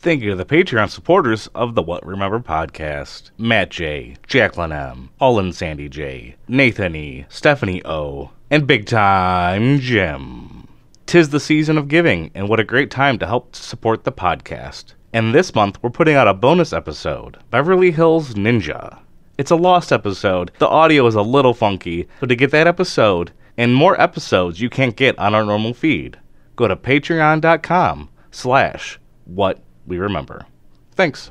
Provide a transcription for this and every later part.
Thank you to the Patreon supporters of the What Remember podcast Matt J., Jacqueline M., Olin Sandy J., Nathan E., Stephanie O., and Big Time Jim. Tis the season of giving, and what a great time to help support the podcast. And this month, we're putting out a bonus episode Beverly Hills Ninja. It's a lost episode. The audio is a little funky, so to get that episode and more episodes you can't get on our normal feed, go to patreon.com slash what we remember. Thanks.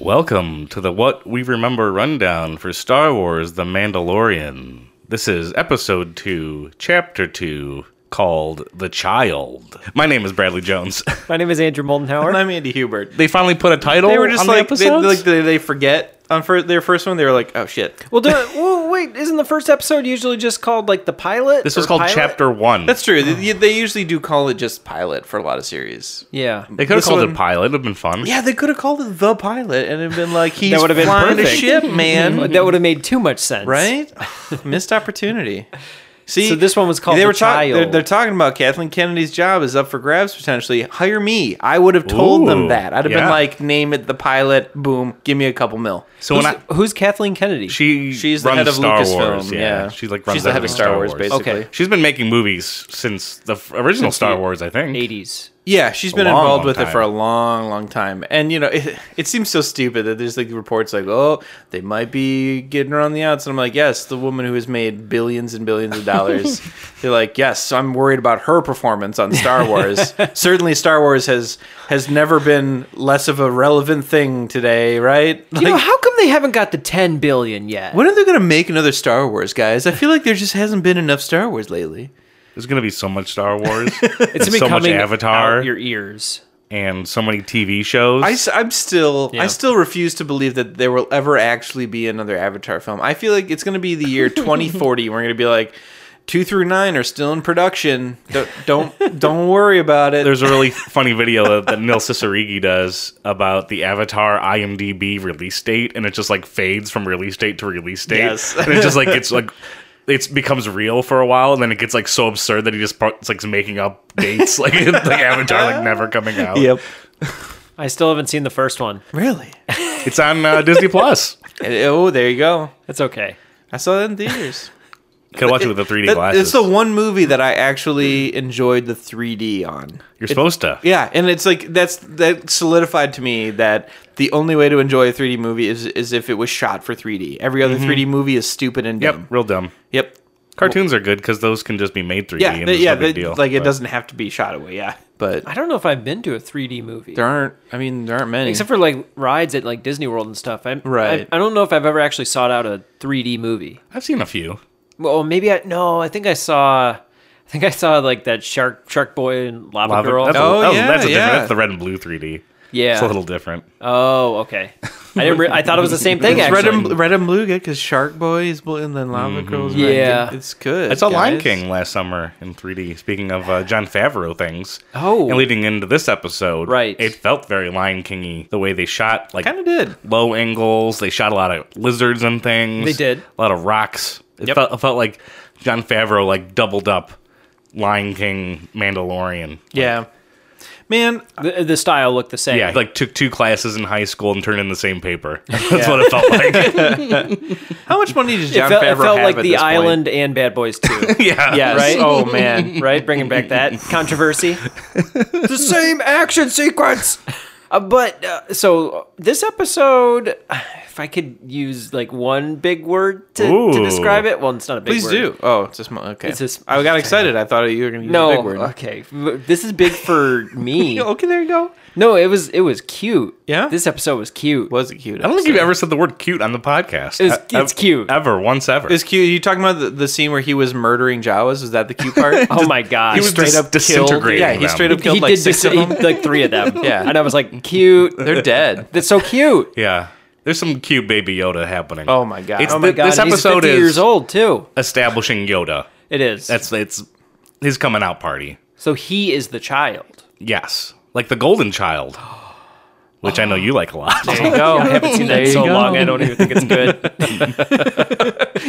Welcome to the What We Remember rundown for Star Wars The Mandalorian. This is episode 2, chapter 2, called The Child. My name is Bradley Jones. My name is Andrew Moldenhauer. And I'm Andy Hubert. they finally put a title They were just on like the they, episodes? like they, they forget on for their first one. They were like, oh shit, well, do well, wait, isn't the first episode usually just called like the pilot? this was or called pilot? chapter 1. that's true. They, they usually do call it just pilot for a lot of series. Yeah, they could have this called it one- pilot. It would have been fun. Yeah, they could have called it the pilot and have been like, he's would've been flying the perfect. ship, man. that would have made too much sense, right? Missed opportunity. See, So this one was called They The were talking. They're, Child. they're talking about Kathleen Kennedy's job is up for grabs potentially. Hire me. I would have told Ooh, them that. I'd have yeah. been like, name it the pilot. Boom. Give me a couple mil. So Who's, when I, who's Kathleen Kennedy? she She's the runs head of Star Lucasfilm, Wars. Yeah. yeah. she's like runs She's the head of everything Star Wars, basically. Okay. She's been making movies since the f- original Star the Wars, I think. Eighties. Yeah, she's been long, involved long with it for a time. long, long time, and you know, it, it seems so stupid that there's like reports like, "Oh, they might be getting her on the outs," and I'm like, "Yes, the woman who has made billions and billions of dollars." They're like, "Yes, I'm worried about her performance on Star Wars. Certainly, Star Wars has has never been less of a relevant thing today, right?" You know, Like, how come they haven't got the ten billion yet? when are they gonna make another Star Wars, guys? I feel like there just hasn't been enough Star Wars lately. There's gonna be so much Star Wars. It's and so much coming Avatar out your ears. and so many TV shows. I, am still Yeah. I still refuse to believe that there will ever actually be another Avatar film. I feel like it's going to be the year 2040. and we're going to be like two through nine are still in production. Don't don't, don't worry about it. There's a really funny video that, that Neil Cicerigi does about the Avatar IMDb release date, and it just like fades from release date to release date. Yes. and it just like gets like it becomes real for a while, and then it gets like so absurd that he just starts like making up dates, like like Avatar like never coming out. I still haven't seen the first one. really. It's on uh, Disney Plus. And- oh, there you go. That's okay. I saw that in theaters. Could watch it with the 3D That- glasses. It's the one movie that I actually enjoyed the 3D on. You're supposed to. Yeah, and it's like that's that solidified to me that the only way to enjoy a 3D movie is is if it was shot for 3D. Every other 3D movie is stupid and Yep, dumb. real dumb. Yep. Cartoons are good because those can just be made 3D. Yeah, and they- it's yeah, no big they- deal, like it but- doesn't have to be shot away. Yeah, but I don't know if I've been to a 3D movie. there aren't. I mean, there aren't many. Except for like rides at like Disney World and stuff. I'm, Right. I, I don't know if I've ever actually sought out a 3D movie. I've seen a few. Well, maybe I no. I think I saw. I think I saw like that shark shark boy and lava, Lava- girl. That's a, Oh, oh, yeah, that's a different. yeah. That's the red and blue 3D. Yeah. It's a little different. Oh, okay. I didn't. Re- I thought it was the same thing. it's Actually, red and red and blue good because Shark Boy is blue and then Lava Girls. red. Yeah. Mm-hmm. it's good. I saw Lion guys. King last summer in 3D. Speaking of uh, John Favreau things. Oh. And leading into this episode. Right. It felt very Lion Kingy the way they shot. like Kinda did. Low angles. They shot a lot of lizards and things. They did. A lot of rocks. It, Yep. felt, it felt like John Favreau like doubled up Lion King Mandalorian. Yeah, man, the, the style looked the same. Yeah, he, like took two classes in high school and turned in the same paper. That's what it felt like. how much money does it John felt, it Favreau felt have like at The this point? Island and Bad Boys Two. yeah. Yes. right? Oh man, right, bringing back that controversy. the same action sequence. Uh, but uh, so uh, this episode, if I could use like one big word to, to Ooh. describe it, well, it's not a big please word. do. Oh, it's just okay. It's a sm- I got excited. I thought you were gonna use No, a big word. okay. This is big for me. Okay, there you go. No, it was it was cute. Yeah? this episode was cute. Was it cute? I don't think you've ever said the word cute on the podcast. It's- E- it's cute. Ever, once ever. It was cute. You talking about the, the scene where he was murdering Jawas? Was that the cute part? Oh my god! he was straight up disintegrating. Yeah, he them. straight up killed he like did six just, of them. like three of them. Yeah. and I was like, cute. They're dead. That's so cute. Yeah. There's some cute baby Yoda happening. Oh my god. It's Oh Oh my Th- god! this and he's episode 50 is- years old too. Establishing Yoda. It is. That's it's his coming out party. so he is the child. Yes. Like the golden child. Which I know you like a lot. There you go. I haven't seen that There in you so go. long. I don't even think it's good.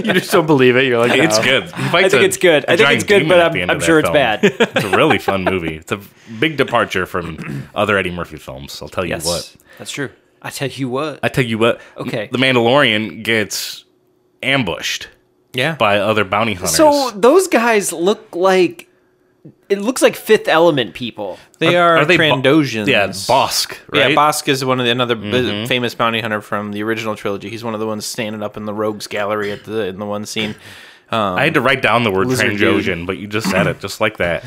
you just don't believe it. You're like, It's no. good. He fights think a- it's good. a I think giant it's good, demon but at I'm- the end of I'm that sure it's film. bad. it's a really fun movie. It's a big departure from other Eddie Murphy films. I'll tell you Yes, what. that's true. I tell you what. I tell you what. Okay. The Mandalorian gets ambushed Yeah. by other bounty hunters. So those guys look like it looks like Fifth Element people. they are, bo- Trandosians. yeah, Bosk. Right? Mm-hmm. Yeah, Bosk is one of the another b- famous bounty hunter from the original trilogy. He's one of the ones standing up in the rogues gallery at the in the one scene. I had to write down the word Lizard Trandoshan, but you just said it just like that.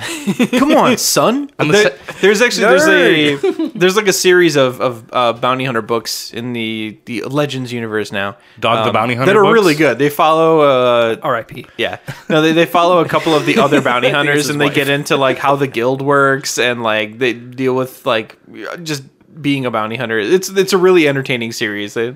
Come on, son. the There- se- there's actually there's a there's like a series of of uh, bounty hunter books in the the Legends universe now. Um, Dog the Bounty Hunter that are books? really good. They follow uh, R.I.P. Yeah. No, they, they follow a couple of the other bounty his hunters and they wife. get into like how the guild works and like they deal with like just being a bounty hunter. It's it's a really entertaining series. I,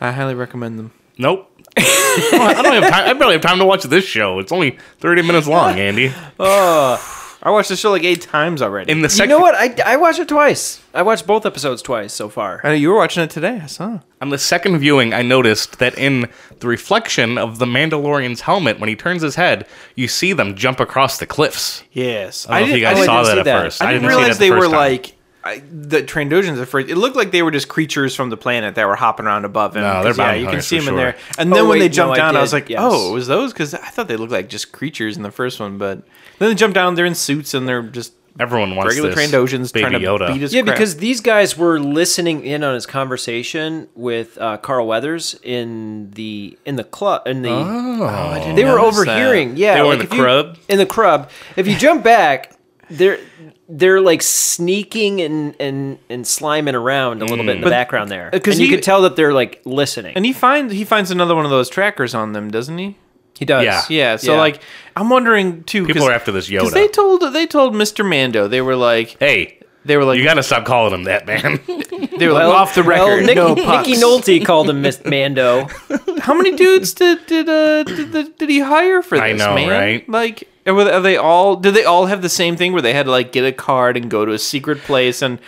I highly recommend them. Nope. I don't- I don't have time. I barely have time to watch this show. It's only 30 minutes long, Andy. I watched the show like eight times already. In the You second, know what? I, I watched it twice. I watched both episodes twice so far. I know you were watching it today. I saw. On the second viewing, I noticed that in the reflection of the Mandalorian's helmet, when he turns his head, you see them jump across the cliffs. Yes, I don't know if you guys I saw didn't that see at that. first. I didn't, see that realize the they first were time. like I, the Trandosians at first. It looked like they were just creatures from the planet that were hopping around above him. No, they're 'Cause, yeah, bounty you can hunters see for them in there. sure. And Oh, then wait, when they jumped no, I down, I did, was like, yes. oh, it was those? Because I thought they looked like just creatures in the first one, but then they jump down. They're in suits and they're just everyone wants regular this Trandosians Baby trying to Yoda. beat his yeah, crap. because these guys were listening in on his conversation with uh, Carl Weathers in the in the club in the. Oh, They were notice that. overhearing. Yeah, They were in the if you- crub? In the crub. If you jump back, they're they're like sneaking and and and sliming around a little bit in the background there, Mm. 'cause because you he- could tell that they're like listening. and he finds he finds another one of those trackers on them, doesn't he? he does. Yeah. Yeah. So Yeah. like, I'm wondering too. People 'cause- are after this 'cause Yoda. They told they told Mr. Mando they were like hey, they were like you got to stop calling him that, man. they were like, off the Well, record. Nick- no pucks." Nicky Nolte called him Miss Mando. How many dudes did did uh did, the, did he hire for this? I know, man? right? Like, are, were- are they all? Did they all have the same thing where they had to like get a card and go to a secret place and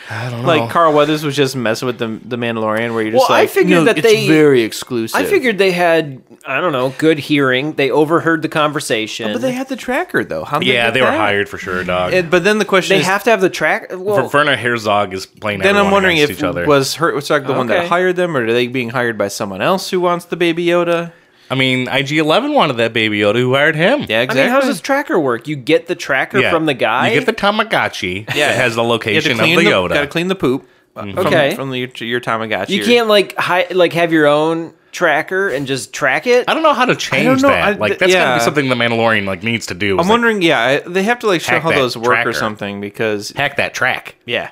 like Carl Weathers was just messing with the the Mandalorian where you're just Well, I like, figured "No, that it's they- very exclusive. I figured they had, I don't know, good hearing. They overheard the Oh, conversation. but they had the tracker though. How did yeah, get they were that? hired for sure, dog. And- but then the question They is, have to have the track. Well, Werner Herzog is playing. then I'm everyone wondering against if each other. was Herzog the one that Okay. hired them, or are they being hired by someone else who wants the baby Yoda? I mean, IG11 wanted that Baby Yoda. Who hired him? Yeah, I exactly. mean, how does this tracker work? You get the tracker Yeah. from the guy. You get the Tamagotchi Yeah. that has the You have to location of the clean Yoda. Mm-hmm. Got to clean the poop. uh, From, Okay. from the, your Tamagotchi. You or- can't like hi- like have your own tracker and just track it. I don't know how to change know. that. I- like th- that's gotta yeah. be something the Mandalorian like needs to do. is, I'm like, wondering, yeah, I- they have to like show Hack how that those work tracker. or something because hack that track. yeah,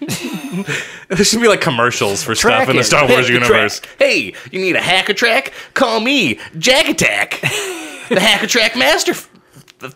There should be like commercials for Track stuff in the it. Star Wars Hit the universe. Hey, you need a hack a track? Call me Jack Attack, the hack a track master. F-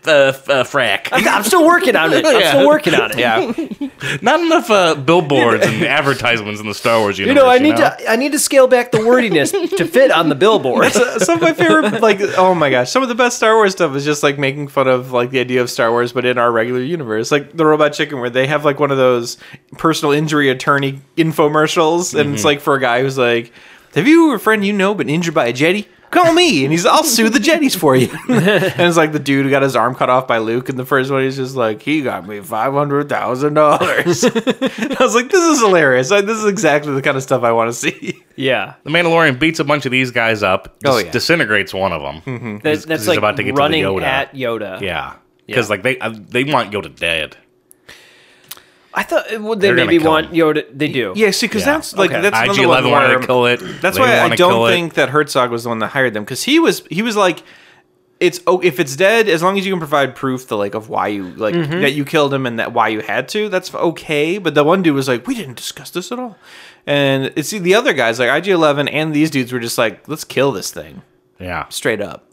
f- uh, uh, frack. I'm still working on it. I'm Yeah. still working on it. yeah. Not enough uh, billboards and advertisements in the Star Wars You universe. know, I need to I need to scale back the wordiness to fit on the billboard. So- some of my favorite, like, oh my gosh, some of the best Star Wars stuff is just like making fun of like the idea of Star Wars, but in our regular universe, like the Robot Chicken, where they have like one of those personal injury attorney infomercials, and it's like for a guy who's like, "Have you a friend you know been injured by a jetty?" Call me, and he's I'll sue the jetties for you. and it's like the dude who got his arm cut off by Luke, and the first one he's just like, he got me five hundred thousand dollars. I was like, this is hilarious. Like, this is exactly the kind of stuff I want to see. Yeah, The Mandalorian beats a bunch of these guys up. Oh, dis- yeah. Mm-hmm. disintegrates one of them. that's, that's he's like about to get to the running Yoda. at Yoda. Yeah, because like they uh, they want Yoda dead. I thought well, they They're gonna maybe kill want him. Yoda. They do. Yeah, see, because Yeah. that's like Okay. that's IG another Eleven one wanted where, to kill it. That's They why I wanna kill don't it. think that Herzog was the one that hired them because he was he was like it's oh if it's dead as long as you can provide proof the like of why you like Mm-hmm. that you killed him and that why you had to that's okay but the one dude was like we didn't discuss this at all and it's see, the other guys like IG Eleven and these dudes were just like let's kill this thing Yeah, straight up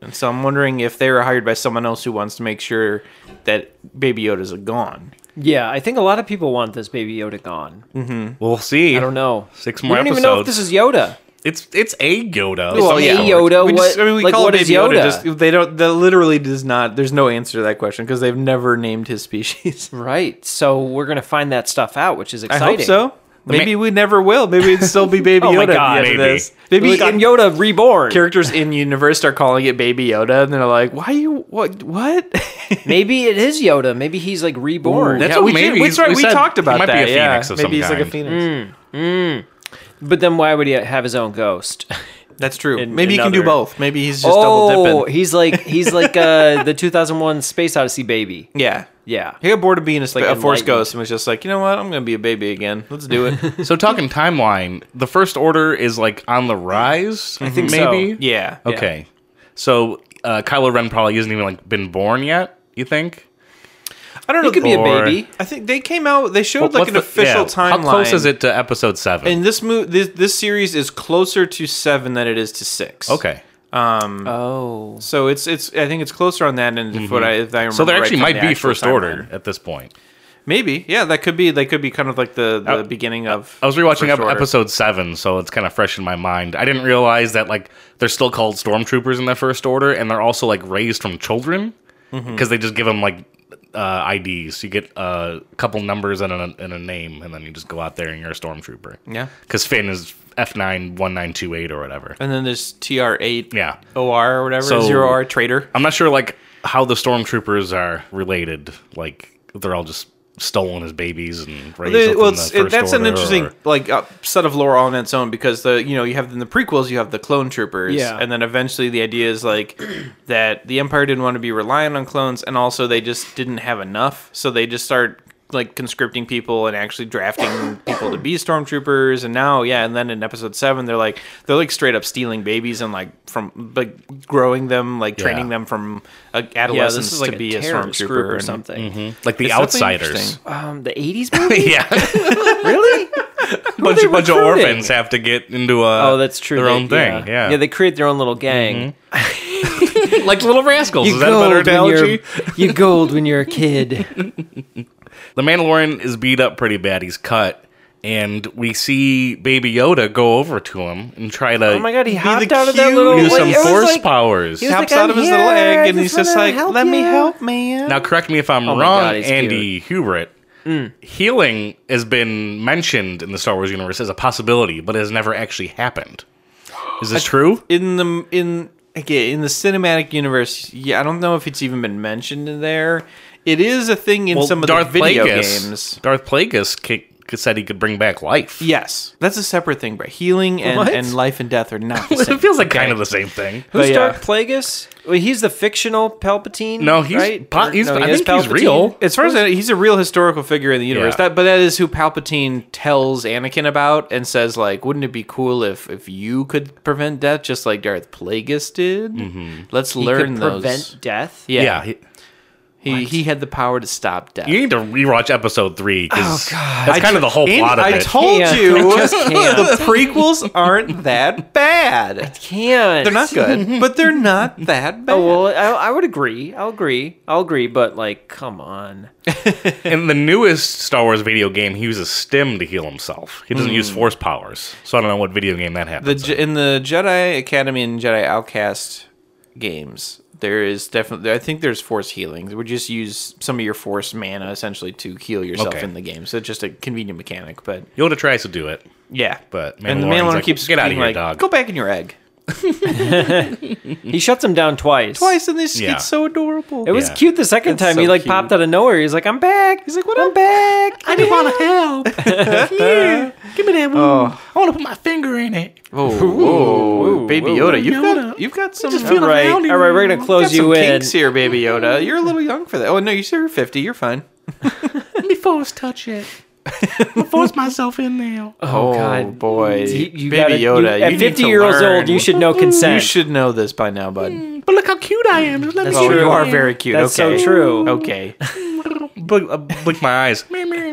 and so I'm wondering if they were hired by someone else who wants to make sure that Baby Yoda's gone. yeah. I think a lot of people want this baby Yoda gone. we'll see. I don't know. Six We more don't even know if episodes. this is Yoda. It's it's a Yoda. Well, Some yeah. sort. a Yoda, We what- like, what it is Baby Yoda? Just, they don't. That literally does not. There's no answer to that question because they've never named his species. Right. So we're gonna find that stuff out, which is I exciting. hope so. Maybe we never will. Maybe it'd still be Baby Oh my Yoda. God. at the end of Maybe. this. Maybe Look, I'm in- Yoda reborn. characters in universe start calling it Baby Yoda, and they're like, "Why you what what?" Maybe it is Yoda. Maybe he's like reborn. That's Yeah, what we maybe did. That's we right. We, said talked he about might be that. a yeah. phoenix of maybe some he's like a kind. phoenix. Mm. but then why would he have his own ghost? That's true. In maybe he can do another- both. Maybe he's just double oh, dipping. he's like he's like uh, the 2001 Space Odyssey baby. Yeah. Yeah. He got bored of being a, sp- Like a force enlightened. ghost and was just like, you know what? I'm gonna be a baby again. Let's do it. So talking timeline, the first order is like on the rise. I think so. maybe. yeah. Yeah. Okay. So uh, Kylo Ren probably isn't even like been born yet. You think? I don't know. He could be a Or- baby. I think they came out. They showed What's like an the- official yeah, timeline. How close is it to episode seven? And this move, this, this series is closer to seven than it is to six. okay. Hmm. Oh. So it's it's. I think it's closer on that end. If what I if I remember. Mm-hmm. So there right actually from might the be actual first timeline. order at this point. Maybe. Yeah. That could be. That could be kind of like the Uh, the beginning of. I was rewatching First ep- Order. episode seven, so it's kind of fresh in my mind. I didn't realize that like they're still called stormtroopers in the first order, and they're also like raised from children because Mm-hmm. they just give them like uh, IDs. You get uh, a couple numbers and a, and a name, and then you just go out there and you're a stormtrooper. Yeah. because Finn is F nine one nine two eight or whatever. And then there's TR eight. Yeah. OR or whatever. So- Zero R traitor. I'm not sure like how the stormtroopers are related. Like they're all just stolen as babies and raised. up in well, the it's, it, First that's an Order, interesting or- like uh, set of lore on its own because the you know you have in the prequels you have the clone troopers, Yeah. and then eventually the idea is like that the Empire didn't want to be reliant on clones, and also they just didn't have enough, so they just start like conscripting people and actually drafting people to be stormtroopers and now yeah and then in episode 7 they're like they're like straight up stealing babies and like from like growing them like training them from uh, Yeah, adolescence this is like to be a terrorist stormtrooper group or and- Mm-hmm. something. like the It's definitely outsiders. interesting. Um, the 80s movie? yeah. really? bunch, they bunch of recruiting? orphans have to get into a Oh, that's true. their They- own thing. Yeah, yeah, they create their own little gang. like little rascals. You Is that a better gold when analogy? you're- you gold when you're a kid. The Mandalorian is beat up pretty bad. He's cut, and we see Baby Yoda go over to him and try to Oh my god, he the hopped out of that cute- little. use Wait, some it was force like- powers. was- Hops like, out of "I'm his little here, egg I and he's just just wanna like, help "Let me you." help, man." now, correct me if I'm my wrong, God, he's Andy Hubert. Healing has been mentioned in the Star Wars universe as a possibility, but has never actually happened. Is this true? in the in okay, in the cinematic universe, yeah, I don't know if it's even been mentioned in there. It is a thing in some of the video Plagueis- games. Darth Plagueis ki- said he could bring back life. Yes, that's a separate thing, but healing and, What? and life and death are not the It same. feels like kind of the same thing. Who's But, yeah. Dark Plagueis? Well, he's the fictional Palpatine. No, he's right? Pa- Or- he's- I is think he's real. As far as I know, he's a real historical figure in the universe, Yeah. that but that is who Palpatine tells Anakin about and says like, "Wouldn't it be cool if if you could prevent death just like Darth Plagueis did? Let's He learn could those." prevent death. yeah, he- he, he had the power to stop death. you need to rewatch episode three because that's I kind of the whole And plot of I it. told Can't. you, I just the prequels aren't that bad. Can't. They're not good, but they're not that bad. Oh well, I, I would agree. I'll agree. I'll agree. But like, come on. In the newest Star Wars video game, he uses STEM to heal himself. He doesn't use Force powers, so I don't know what video game that the happens. Je- in the Jedi Academy and Jedi Outcast games, there is definitely. I think there's force healing. We just use some of your force mana essentially to heal yourself Okay. in the game. So it's just a convenient mechanic, but Yoda tries to do it, yeah. but and the Mandalorian's Mandalorian like, keeps get out of being here, like, dog. Go back in your egg. Mm-hmm. He shuts him down twice. Twice, and this Yeah. it's so adorable. It was Yeah. cute the second That's time. he so like cute. popped out of nowhere. He's like, "I'm back." He's like, "What? I'm back. I didn't want to help." Give me that wound. I want to put my finger in it. Oh, Ooh, baby ooh, Yoda, you've Yoda. got you've got some. just All feeling right, all Howdy, right. We're you gonna close got some you in. kinks here, baby Yoda. You're a little young for that. Oh no, you're 50. You're fine. Let me force touch it. force myself in now. Oh, God. boy, You, you baby gotta- you- Yoda. at you need fifty to years learn. old, you should know consent. You should know this by now, bud. But look how cute I am. Just let That's me Oh, Mm, true. you are very cute. That's okay. so true. Okay. Blink, uh, blink my eyes.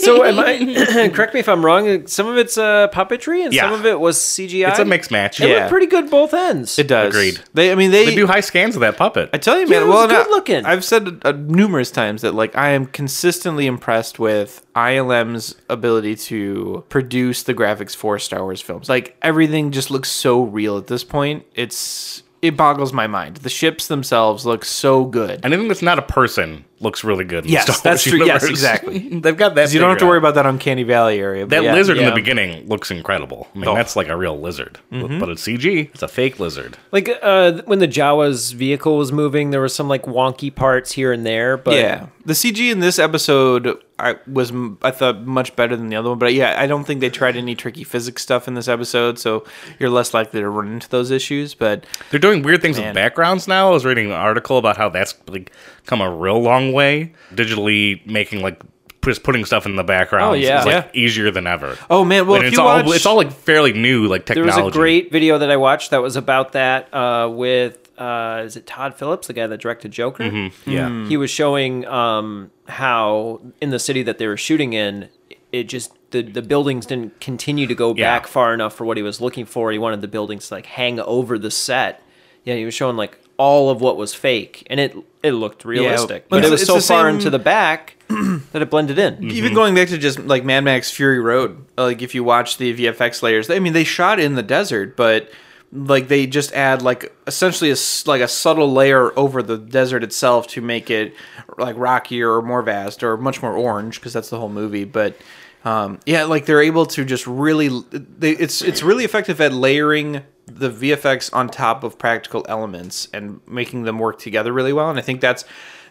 So am I? correct me if I'm wrong. Some of it's uh, puppetry, and Yeah. some of it was CGI. It's a mixed match. It Yeah. looked pretty good both ends. It does. Agreed. They, I mean, they, They do high scans of that puppet. I tell you, Yeah, man. it was well, and I- good looking. I've said uh, numerous times that like I am consistently impressed with ILM's ability to produce the graphics for Star Wars films. Like everything just looks so real at this point. It's it boggles my mind. The ships themselves look so good. Anything that's not a person looks really good. In Yes, the Star that's Wars true. Yes, universe. exactly. They've got that. You don't have to figured worry out. about that Uncanny Valley area. but that yeah, lizard in yeah. the beginning looks incredible. I mean, that's like a real lizard, but it's CG. It's a fake lizard. Like uh, when the Jawa's vehicle was moving, there was some like wonky parts here and there, but Yeah, the CG in this episode I was m- I thought much better than the other one, but yeah, I don't think they tried any tricky physics stuff in this episode, so you're less likely to run into those issues. But They're doing weird things with backgrounds now. I was reading an article about how that's like come a real long way. Digitally making like just putting stuff in the background Oh, yeah. is like easier than ever. oh man, well and if it's you all watch, it's all like fairly new like there technology. was a great video that I watched that was about that uh, with uh, is it Todd Phillips, the guy that directed Joker? Mm-hmm. yeah. Hmm. He was showing um, how in the city that they were shooting in, it just the, the buildings didn't continue to go Yeah. back far enough for what he was looking for. He wanted the buildings to like hang over the set. Yeah, he was showing like all of what was fake, and it it looked realistic, but It's- it was it's so the far same- into the back that it blended in. mm-hmm. even going back to just like Mad Max Fury Road, like if you watch the VFX layers, I mean they shot in the desert, but like they just add like essentially a s like a subtle layer over the desert itself to make it like rockier or more vast or much more orange because that's the whole movie. But um, yeah, like they're able to just really they, it's it's really effective at layering the VFX on top of practical elements and making them work together really well. And I think that's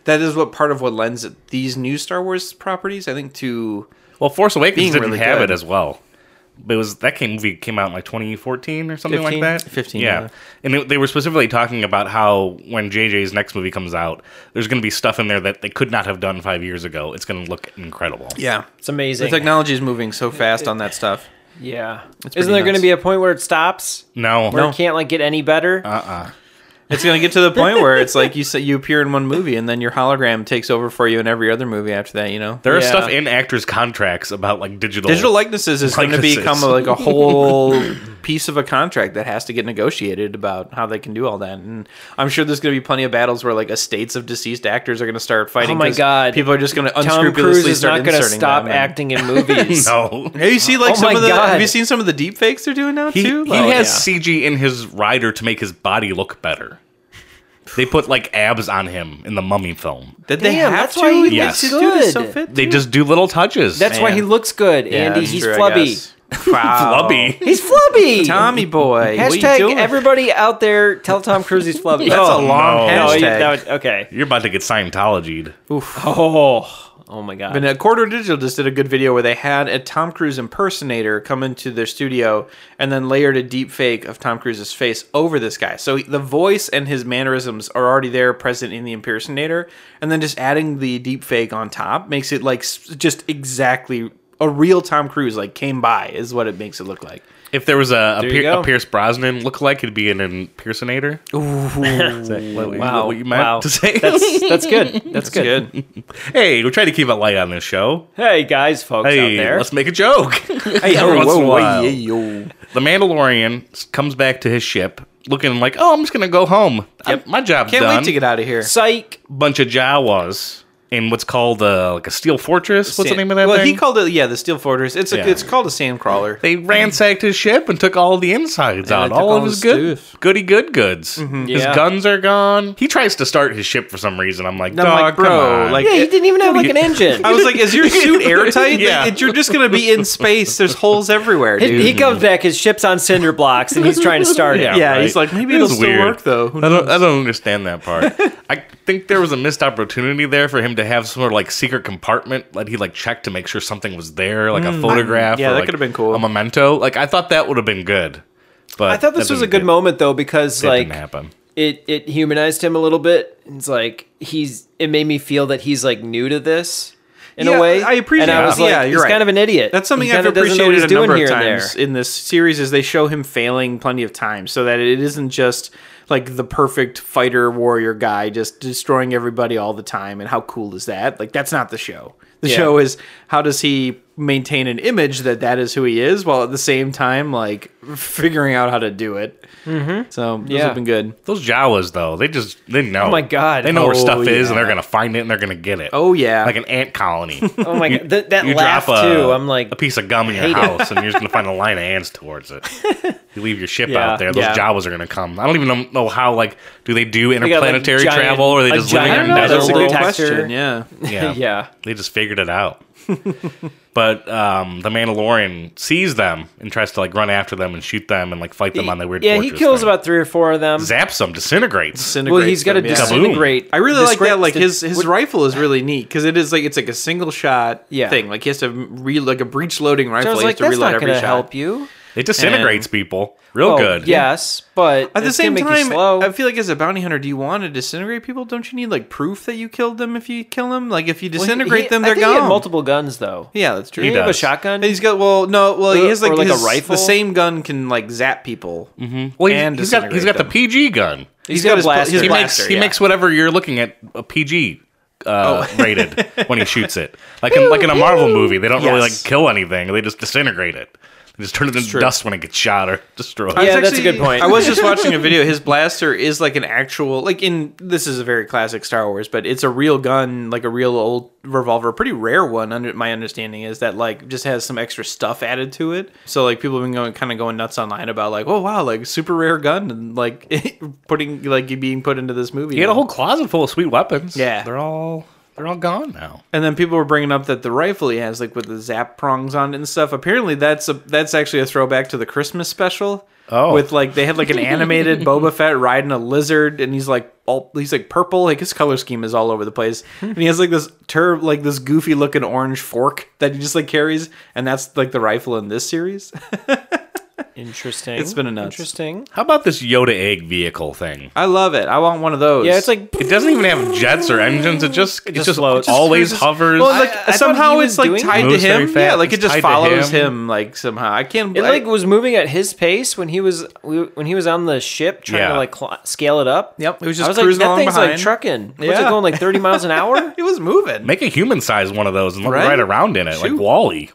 that is what part of what lends these new Star Wars properties, I think, to Well, Force Awakens Being didn't really have good. it as well. But it was that came movie came out in like 2014 or something 15? like that. 15, yeah. yeah. And they, they were specifically talking about how when JJ's next movie comes out, there's going to be stuff in there that they could not have done five years ago. It's going to look incredible. yeah. It's amazing. The technology is moving so fast on that stuff. yeah, pretty isn't there going nuts. to be a point where it stops? No, Where it can't like get any better? It's gonna get to the point where it's like you say you appear in one movie and then your hologram takes over for you in every other movie after that. You know, there is Yeah. stuff in actors' contracts about like digital digital likenesses is going to Likenesses. become like a whole piece of a contract that has to get negotiated about how they can do all that. And I'm sure there's going to be plenty of battles where like estates of deceased actors are going to start fighting. Oh my 'cause God. people are just going to Tom Cruise unscrupulously is start not going to inserting stop them and- acting in movies. No, Have you seen like Oh some my of the? God. Have you seen some of the deep fakes they're doing now he, too? he Like- has yeah. CG in his rider to make his body look better. They put like abs on him in the Mummy film. Did they Damn, have that's to? why he Like, Yes. this dude is so good. fit. They just do little touches. That's why Man. he looks good, Andy. He's flubby. Wow. Flubby. He's flubby. Tommy boy. what you Hashtag doing? everybody out there tell Tom Cruise he's flubby. That's a oh, no. long no, hashtag. you- that was- okay. You're about to get Scientologied. Oh, oh my God. And uh, Quarter Digital just did a good video where they had a Tom Cruise impersonator come into their studio and then layered a deep fake of Tom Cruise's face over this guy. So the voice and his mannerisms are already there present in the impersonator. And then just adding the deep fake on top makes it like s- just exactly a real Tom Cruise, like came by, is what it makes it look like. If there was a, a, you Pier- a go. Pierce Brosnan lookalike, it'd be an impersonator. Is that what, wow. what you meant wow. to say? That's, that's good. That's, good. Good. hey, we try to keep it light on this show. Hey, guys, folks Hey, out there. let's make a joke. hey, Whoa, every once in a whoa, while. yeah, yo. The Mandalorian s- comes back to his ship looking like, oh, I'm just going to go home. I- my job's Can't done. wait to get out of here. Psych. bunch of Jawas in what's called uh, like a steel fortress. What's the Sand- name of that well, thing? he called it yeah, the Steel Fortress. It's a, Yeah. it's called a sandcrawler. they ransacked his ship and took all the insides Yeah, out, they took all, of all his his good, stuff. Mm-hmm. goody good goods. His Yeah. guns are gone. He tries to start his ship for some reason. I'm like, And I'm dog, like, bro, come on. like Yeah, he didn't even have like an engine. I was like, is your suit airtight? Yeah. yeah. you're just gonna be in space. There's holes everywhere, dude. He, he comes back, his ship's on cinder blocks, and he's trying to start it. Yeah, he's like, maybe It it'll was still work, though. Who I don't, I don't understand that part. I think there was a missed opportunity there for him to have some sort of like secret compartment that he like checked to make sure something was there, like a photograph. Hmm. yeah, or, that like, could've been cool. A memento. Like I thought that would have been good. But I thought this that was a didn't good get- moment though because That like didn't happen. it it humanized him a little bit. It's like he's it made me feel that he's like new to this in Yeah, a way. I appreciate And I that. was like, Yeah, you're he's right. kind of an idiot. That's something He I've kinda doesn't know what appreciated he's a doing number of here and times there. in this series is they show him failing plenty of times, so that it isn't just like the perfect fighter warrior guy just destroying everybody all the time. And how cool is that? Like that's not the show. The Yeah. show is how does he maintain an image that that is who he is, while at the same time like figuring out how to do it. Mm-hmm. So those Yeah. have been good. Those Jawas though, they just they know. Oh my God. they know where Oh, stuff is, and yeah. they're gonna find it, and they're gonna get it. Oh yeah, like an ant colony. Oh my god, Th- that you laugh drop a, too. I'm like, a piece of gum in your hate it. house, and you're just gonna find a line of ants towards it. You leave your ship Yeah, out there; those yeah. Jawas are gonna come. I don't even know- know how. Like, do they do got, like, interplanetary giant- travel, or are they a just living giant in know, desert that's a worlds? good detector. Yeah, Yeah, yeah. they just figured it out. but um, the Mandalorian sees them and tries to like run after them and shoot them and like fight them on their weird. yeah, he torturous kills thing. about three or four of them. zaps them, disintegrates. well, he's got to yeah. disintegrate. I really like that. Like disgrace- his his what- rifle is really neat because it is like it's like a single shot Yeah. thing. Like he has to reload like a breech loading I rifle. was he has like, to that's reload not every going to shot. help you. It disintegrates people real Oh, good. Yes, but At the it's same gonna make you time, slow. I feel like as a bounty hunter, do you want to disintegrate people? Don't you need like proof that you killed them if you kill them? Like if you Well, he- disintegrate he- them, I they're think gone. He had multiple guns though. Yeah, that's true. He Didn't have a does. shotgun. And he's got well, no, well, he Or- has like, Uh, or, like, a his- rifle? The same gun can like zap people. Mm-hmm. Well, he's, and he's got he's got the PG gun. he's got a blaster. His he blaster, makes he yeah. makes whatever you're looking at a PG uh, rated when he shoots it. Like in, like in a Marvel movie, they don't really like Yes. kill anything; they just disintegrate it. They just turn it into true. dust when it gets shot or destroyed. I was Yeah, that's a good point. I was just watching a video. His blaster is like an actual, like in this is a very classic Star Wars, but it's a real gun, like a real old revolver, a pretty rare one. Under my understanding is that like just has some extra stuff added to it. So like people have been going kind of going nuts online about like, oh wow, like super rare gun and like putting like being put into this movie. He had now. a whole closet full of sweet weapons. Yeah. they're all they're all gone now. And then people were bringing up that the rifle he has, like with the zap prongs on it and stuff. Apparently, that's a that's actually a throwback to the Christmas special. Oh. with like they had like an animated Boba Fett riding a lizard, and he's like all he's like purple. Like his color scheme is all over the place, and he has like this tur like this goofy looking orange fork that he just like carries, and that's like the rifle in this series. Interesting. It's been a nuts. Interesting. How about this Yoda egg vehicle thing? I love it. I want one of those. Yeah, it's like It doesn't even have jets or engines. It just it, just just, floats. It just always cruises. hovers. Well, I- like I thought he somehow was it's like doing- tied to Moves very him. fast. Yeah, like it It's just tied to follows him. him. Like somehow I can't. it I- like was moving at his pace when he was we- when he was on the ship trying Yeah. to like cl- scale it up. Yep, it was I just was like cruising that along thing's like behind. trucking. Yeah. What's it Yeah. going like 30 miles an hour? it was moving. Make a human sized one of those and look right, Right? around in it, Shoot. like Wally.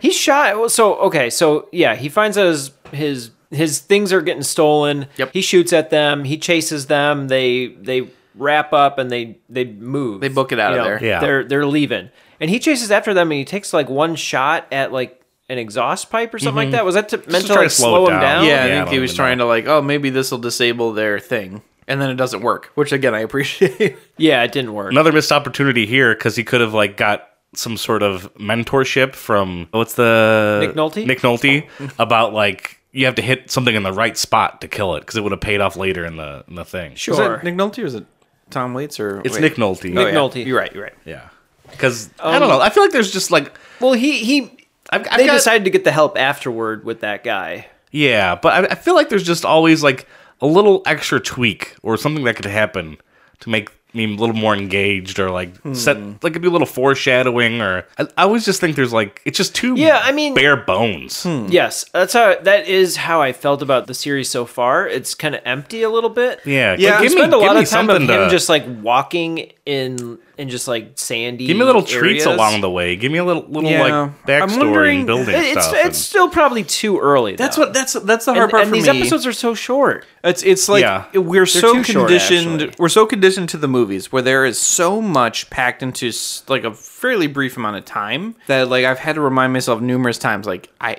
He shot. well, So okay. So yeah, he finds out his his his things are getting stolen. Yep. He shoots at them. He chases them. They they wrap up and they they move. They book it out of there. Yeah. They're they're leaving, and he chases after them, and he takes like one shot at like an exhaust pipe or something like that. Was that to, meant to try to like slow it slow, him down. down? Mm-hmm. Oh, Yeah, I Yeah, I think he don't was even trying to like, oh, maybe this will disable their thing, and then it doesn't work, which again I appreciate. Yeah, it didn't work. another missed opportunity here because he could have like got some sort of mentorship from what's the Nick Nolte? Nick Nolte about like you have to hit something in the right spot to kill it because it would have paid off later in the in the thing. Was Sure. that Nick Nolte or was it Tom Waits or It's wait. Nick Nolte. Oh, Nick yeah. Nolte. You're right. You're right. Yeah, because I don't know. I feel like there's just like Well, he he. I've, I've they got, decided to get the help afterward with that guy. yeah, but I, I feel like there's just always like a little extra tweak or something that could happen to make me a little more engaged or like set Hmm. like it'd be a little foreshadowing or I, I always just think there's like it's just too Yeah, I mean- bare bones. hmm, Yes, that's how that is how I felt about the series so far. It's kind of empty a little bit. Yeah, yeah. give I me- spend give a lot me of time of something him to- just like walking in in just like sandy. Give me little treats areas. along the way. Give me a little little Yeah. like I'm backstory and wondering- building It- It's stuff. it's still probably too early. That's though. what that's that's the hard And, part and for these me. episodes are so short. It's it's like Yeah. we're so too short, conditioned. actually. we're so conditioned to the movies where there is so much packed into s- like a fairly brief amount of time that like I've had to remind myself numerous times. Like I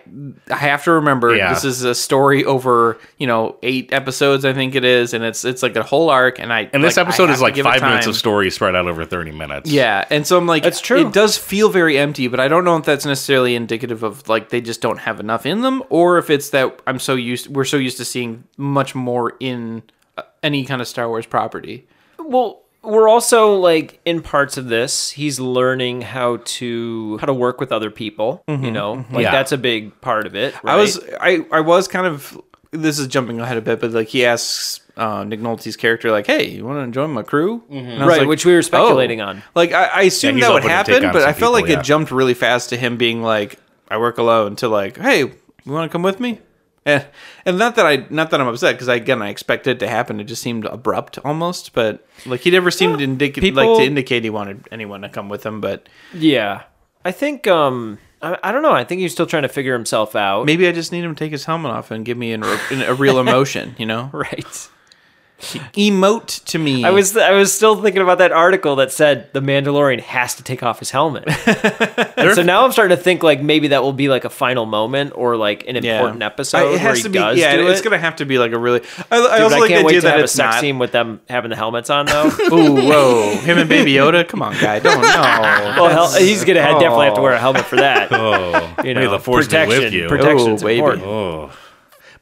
I have to remember Yeah. this is a story over you know eight episodes I think it is, and it's it's like a whole arc. And I and this like, I episode have is to like give it five minutes time. of story spread out over thirty minutes. Yeah, and so I'm like, That's true. It does feel very empty, but I don't know if that's necessarily indicative of like they just don't have enough in them, or if it's that I'm so used, we're so used to seeing much more in uh, any kind of Star Wars property. Well, we're also like in parts of this. He's learning how to how to work with other people. You know, like Mm-hmm, Yeah. that's a big part of it. I was, right? I, I was kind of. This is jumping ahead a bit, but like he asks uh, Nick Nolte's character, like, "Hey, you want to join my crew?" And I was Mm-hmm. Right, like, which we were "Oh." speculating on. Like I, I assumed he's that would open to take happen, on but some I felt people, like yeah. it jumped really fast to him being like, "I work alone." To like, "Hey, you want to come with me?" And, and not that I, not that I'm upset because I, again I expected it to happen. It just seemed abrupt almost, but like he never seemed indic- like people- to indicate he wanted anyone to come with him. But Yeah. I think um I, I don't know. I think he's still trying to figure himself out. Maybe I just need him to take his helmet off and give me an, an, a real emotion, you know? Right. Emote to me. I was I was still thinking about that article that said the Mandalorian has to take off his helmet. and so now I'm starting to think like maybe that will be like a final moment or like an important episode I- it has where he to be. does Yeah, do it's it. gonna have to be like a really. I, I Dude, also I like the can't wait idea to that have a it's sex not. scene with them having the helmets on though. Ooh, whoa! Him and Baby Yoda. Come on, guy. Don't know. well, hell, he's gonna have, definitely have to wear a helmet for that. Oh, You May know, the force be protection, with you. protection's Oh, baby. important. Oh.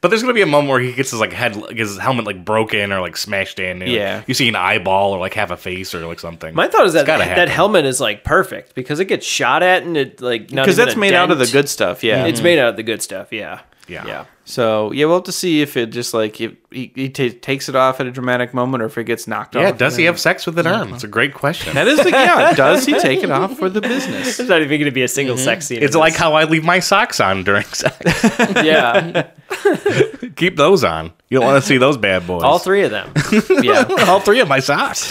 But there's gonna be a moment where he gets his like head, like, his helmet like broken or like smashed in. and, Yeah. like, you see an eyeball or like half a face or like something. My thought is that gotta that happen. helmet is like perfect because it gets shot at and it like Because that's made out of the good stuff. Yeah. It's made out of the good stuff. Yeah. Yeah. Yeah. so yeah, we'll have to see if it just like if he, he ta takes it off at a dramatic moment or if it gets knocked off. Oh, yeah, does he have sex with an arm? It's a great question. That is like yeah. Does he take it off for the business? There's not even gonna be a single Mm-hmm. sex scene. in It's like this. how I leave my socks on during sex. yeah, Keep those on. You don't want to see those bad boys. all three of them. Yeah. All three of my socks.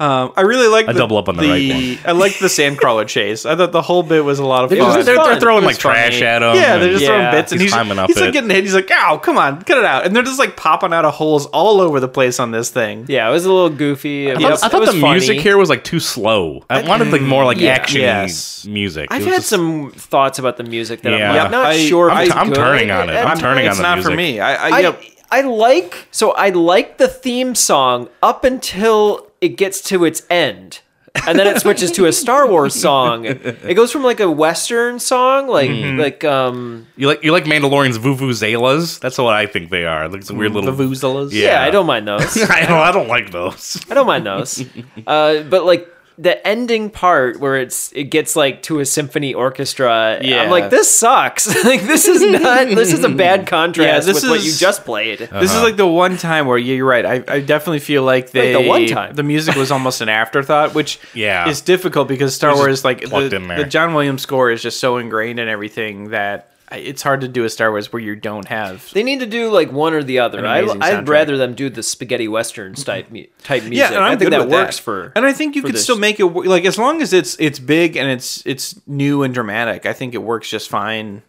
Um, I really like. I double up on the right one. I liked the sandcrawler chase. I thought the whole bit was a lot of It They're, was fun. just they're fun. throwing It like was funny. trash at him. Yeah, they're and- just throwing Yeah. bits, and He's he's, he's, climbing up he's it. like getting hit. He's like, "Ow, come on, cut it out!" And they're just like popping out of holes all over the place on this thing. Yeah, it was a little goofy. It I was, thought, I it thought was the music funny. here was like too slow. I wanted like more like action Yes. music. It I've was had just- some thoughts about the music that I'm, Yeah. like, not I- sure. if I'm, it's I'm good. turning on it. I'm And turning it's on the not music. for me. I, I, I, yep. I like so I like the theme song up until it gets to its end. And then it switches to a Star Wars song. It goes from like a Western song, like Mm-hmm. like um You like you like Mandalorian's vuvuzelas? That's what I think they are. Like it's a Mm, weird little. vuvuzelas. Yeah. yeah, I don't mind those. I don't. I don't like those. I don't mind those. Uh, but like the ending part where it's it gets like to a symphony orchestra. Yeah. I'm like, this sucks. like this is not this is a bad contrast this with what is- Oh. you just played. This uh-huh. is like the one time where yeah, you're right. I, I definitely feel like they the one time. the music was almost an afterthought, which Yeah. is difficult because Star was just Wars like the, plucked in there. the John Williams score is just so ingrained in everything that I- it's hard to do a Star Wars where you don't have They need to do like one or the other. I, amazing I'd soundtrack. rather them do the spaghetti western type mu- type music. Yeah, and I'm I think good that with works for. And I think you for could this. still make it wo- like as long as it's it's big and it's it's new and dramatic. I think it works just fine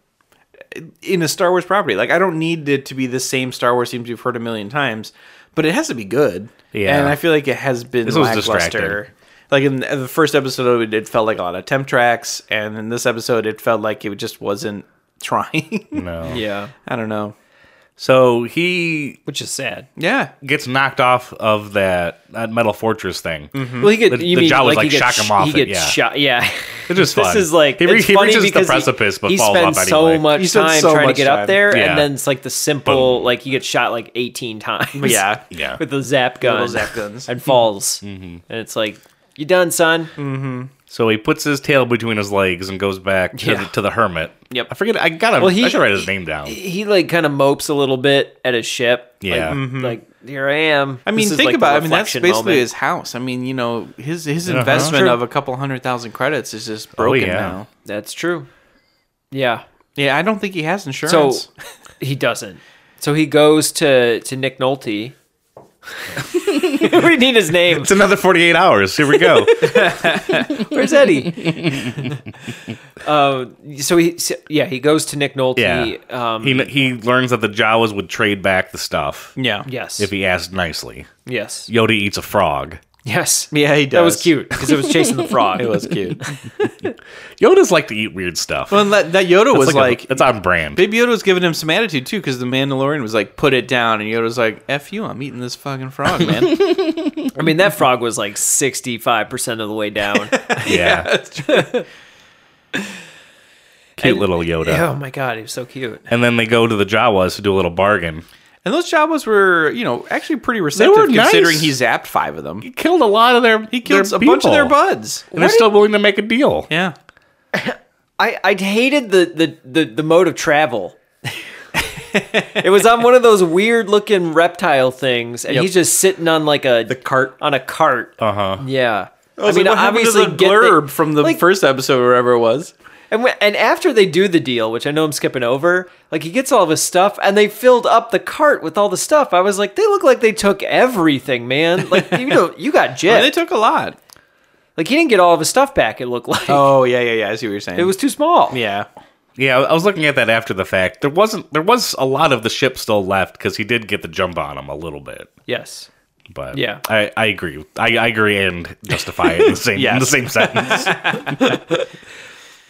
in a Star Wars property. Like I don't need it to be the same Star Wars themes you've heard a million times, but it has to be good. Yeah. and I feel like it has been This was distracting. lackluster. Like in the first episode, it felt like a lot of temp tracks, and in this episode, it felt like it just wasn't trying. No. yeah, I don't know. So he which is sad. Yeah, gets knocked off of that, that metal fortress thing. Mm-hmm. Well, he get The- you the mean Jawas, like, like, he gets, shock him off He it, gets yeah. shot. Yeah, It's just this fun. is like He re- it's he funny reaches the because he- precipice, but he falls off spends so anyway. much spends time so trying much to get time. up there, Yeah. and then it's like the simple like he gets shot like eighteen times. yeah. Yeah. with the zap gun, Little zap guns. and falls, Mm-hmm. and it's like you done, son. Mm-hmm. So he puts his tail between his legs and goes back to, Yeah. the, to the hermit. Yep. I forget. I gotta. Well, he- I should write his name down. He, like kind of mopes a little bit at his ship. Yeah. like, like, here I am. Mm-hmm. I mean, This is, think like, the about. it. I mean, that's reflection basically moment. his house. I mean, you know, his his investment Sure. of a couple hundred thousand credits is just broken yeah. now. That's true. Yeah. Yeah, I don't think he has So insurance. he doesn't. So he goes to to Nick Nolte. we need his name. It's another forty-eight hours. Here we go. Where's Eddie? uh, so he, so, yeah, he goes to Nick yeah. Nolte. Um, he he learns that the Jawas would trade back the stuff yeah, yes, if he asked nicely. yes, Yoda eats a frog. yes. yeah, he does. That was cute because it was chasing the frog. It was cute. Yodas like to eat weird stuff. well, and that, that Yoda It's was like, like, a- it's on brand. Baby Yoda was giving him some attitude too, because the Mandalorian was like, "Put it down," and Yoda's like, "F you, I'm eating this fucking frog, man." I mean, that frog was like sixty five percent of the way down. yeah. Cute little Yoda. oh my god, he was so cute. And then they go to the Jawas to do a little bargain. and those Jawas were, you know, actually pretty receptive, were nice. considering he zapped five of them. He killed a lot of their. He killed a bunch of their buds. And they're still willing to make a deal. Yeah, I I hated the the the, the mode of travel. it was on one of those weird looking reptile things, and Yep. he's just sitting on like a the cart. on a cart. Uh huh. Yeah, I, was mean, like, what happened to obviously, the get the- blurb from the like- first episode, or wherever it was. and when, and after they do the deal, which I know I'm skipping over, like he gets all of his stuff, and they filled up the cart with all the stuff. I was like, they look like they took everything, man. Like you know, you got And they jet. took a lot. Like he didn't get all of his stuff back. It looked like Oh yeah, yeah, yeah. I see what you're saying. it was too small. yeah. Yeah, I was looking at that after the fact. There wasn't there was a lot of the ship still left because he did get the jump on him a little bit. Yes. But Yeah. I, I agree. I, I agree and justify it in the same in the Yes. same sentence.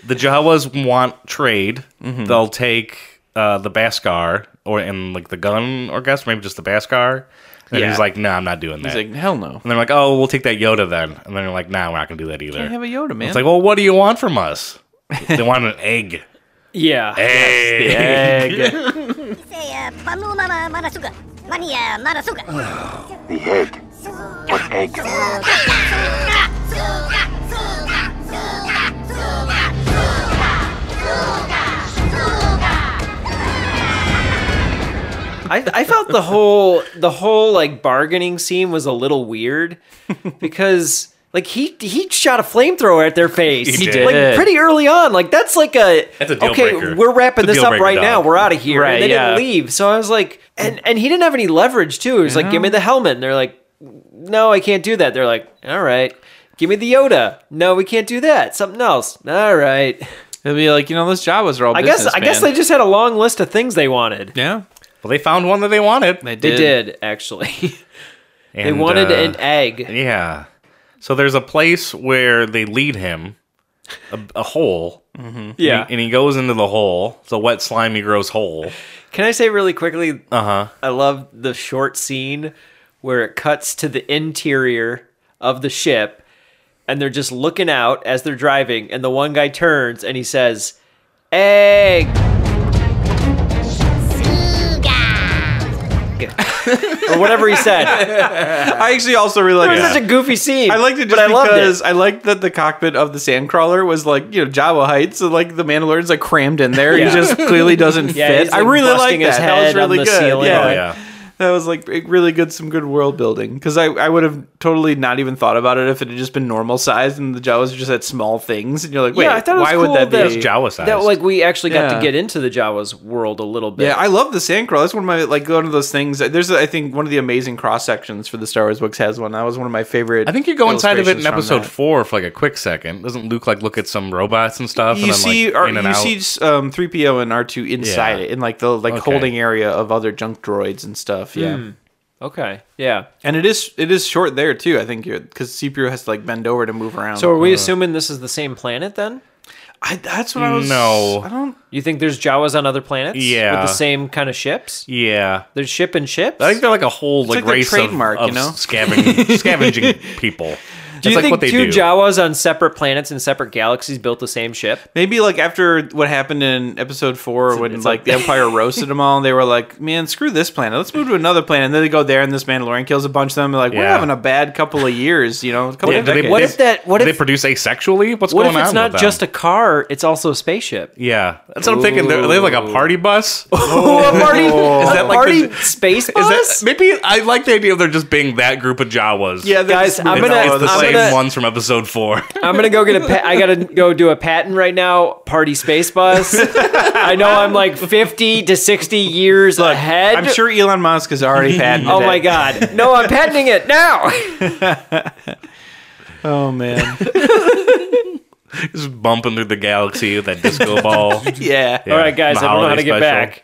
the Jawas want trade. Mm-hmm. They'll take uh, the Baskar or and like the gun or guess maybe just the Baskar. And Yeah. he's like, no, I'm not doing that. He's like, hell no. and they're like, oh, we'll take that Yoda then. And they're like, nah, we're not gonna do that either. I have a Yoda man. it's like, well, what do you want from us? they want an egg. Yeah. Egg. egg. Say, uh, Pamu Mama Marasuka. Mania Marasuka. The egg. What egg? I, I felt the whole the whole like bargaining scene was a little weird because like he he shot a flamethrower at their face. He Like did. pretty early on. Like that's like a, That's a deal okay, breaker. we're wrapping It's a this deal up breaker, right dog. now. We're out of here. Right, and they yeah. didn't leave. So I was like and and he didn't have any leverage too. He was like, Give Uh-huh. me the helmet. And they're like, No, I can't do that. They're like, All right. Give me the Yoda. No, we can't do that. Something else. All right. They'll be like, you know, those Jawas are all. I guess I guess they just had a long list of things they wanted. Yeah, Well, they found one that they wanted. they did. They did actually. They wanted uh, an egg. Yeah. So there's a place where they lead him, a, a hole, Yeah. and he goes into the hole. It's a wet, slimy, gross hole. Can I say really quickly? Uh-huh. Uh huh. I love the short scene where it cuts to the interior of the ship and they're just looking out as they're driving. And the one guy turns and he says, Egg. Or whatever he said. I actually also really It like was that. such a goofy scene. I liked it just but I loved it. because I liked that the cockpit of the sandcrawler was like you know Java heights, so like the Mandalorian's like crammed in there. Yeah. He just clearly doesn't Yeah, fit. he's, I like, really busting like his that. That was head on really the good. ceiling. Yeah. Oh, yeah. that was like it really good, some good world building. Because I, I would have totally not even thought about it if it had just been normal sized and the Jawas are just had small things, and you're like, wait, Yeah, I thought it was why cool would that that- That's be? Jawa size. That like we actually got to Yeah. get into the Jawa's world a little bit. Yeah, I love the sandcrawler. That's one of my like one of those things. There's I think one of the amazing cross sections for the Star Wars books has one. That was one of my favorite. I think you go inside of it in illustrations from episode that. four for like a quick second. Doesn't Luke like look at some robots and stuff? You and see, like, or in and you out? see um, 3PO and R2 inside Yeah. it in like the like Okay. Hmm. holding area of other junk droids and stuff. Yeah, Okay. Yeah. and it is it is short there too. I think because CPU has to like bend over to move around. So are we assuming this is the same planet then? I, that's what I was. No. I don't. You think there's Jawas on other planets? Yeah. With the same kind of ships? Yeah. There's ship and ships? I think they're like a whole like, like their race of- trademark, of, you know? scaven- scavenging people. do That's you like think what they two do. Jawas on separate planets and separate galaxies built the same ship? Maybe like after what happened in episode four, when it's like like- the Empire roasted them all, they were like, "Man, screw this planet. Let's move to another planet." And then they go there, and this Mandalorian kills a bunch of them. They're like, "We're Yeah. having a bad couple of years, you know." a Couple Yeah, of do they- decades." What if that- what do if- they produce asexually? What's What going if it's on not with just them? a car, it's also a spaceship? yeah? That's what I'm thinking. They're, they have like a party bus. Oh, a party, a that like party the- space Is that- bus? maybe I like the idea of there just being that group of Jawas. Yeah, they Guys, just I'm moved gonna- all it's over the the I'm place. same gonna- ones from episode four. I'm gonna go get a. Pa- I gotta go do a patent right now. Party space bus. I know I'm like 50 to 60 years ahead. I'm sure Elon Musk has already patented. Oh it. my god! No, I'm patenting it now. Oh man. just bumping through the galaxy with that disco ball. yeah. Yeah, All right, guys, the I don't know how to holiday get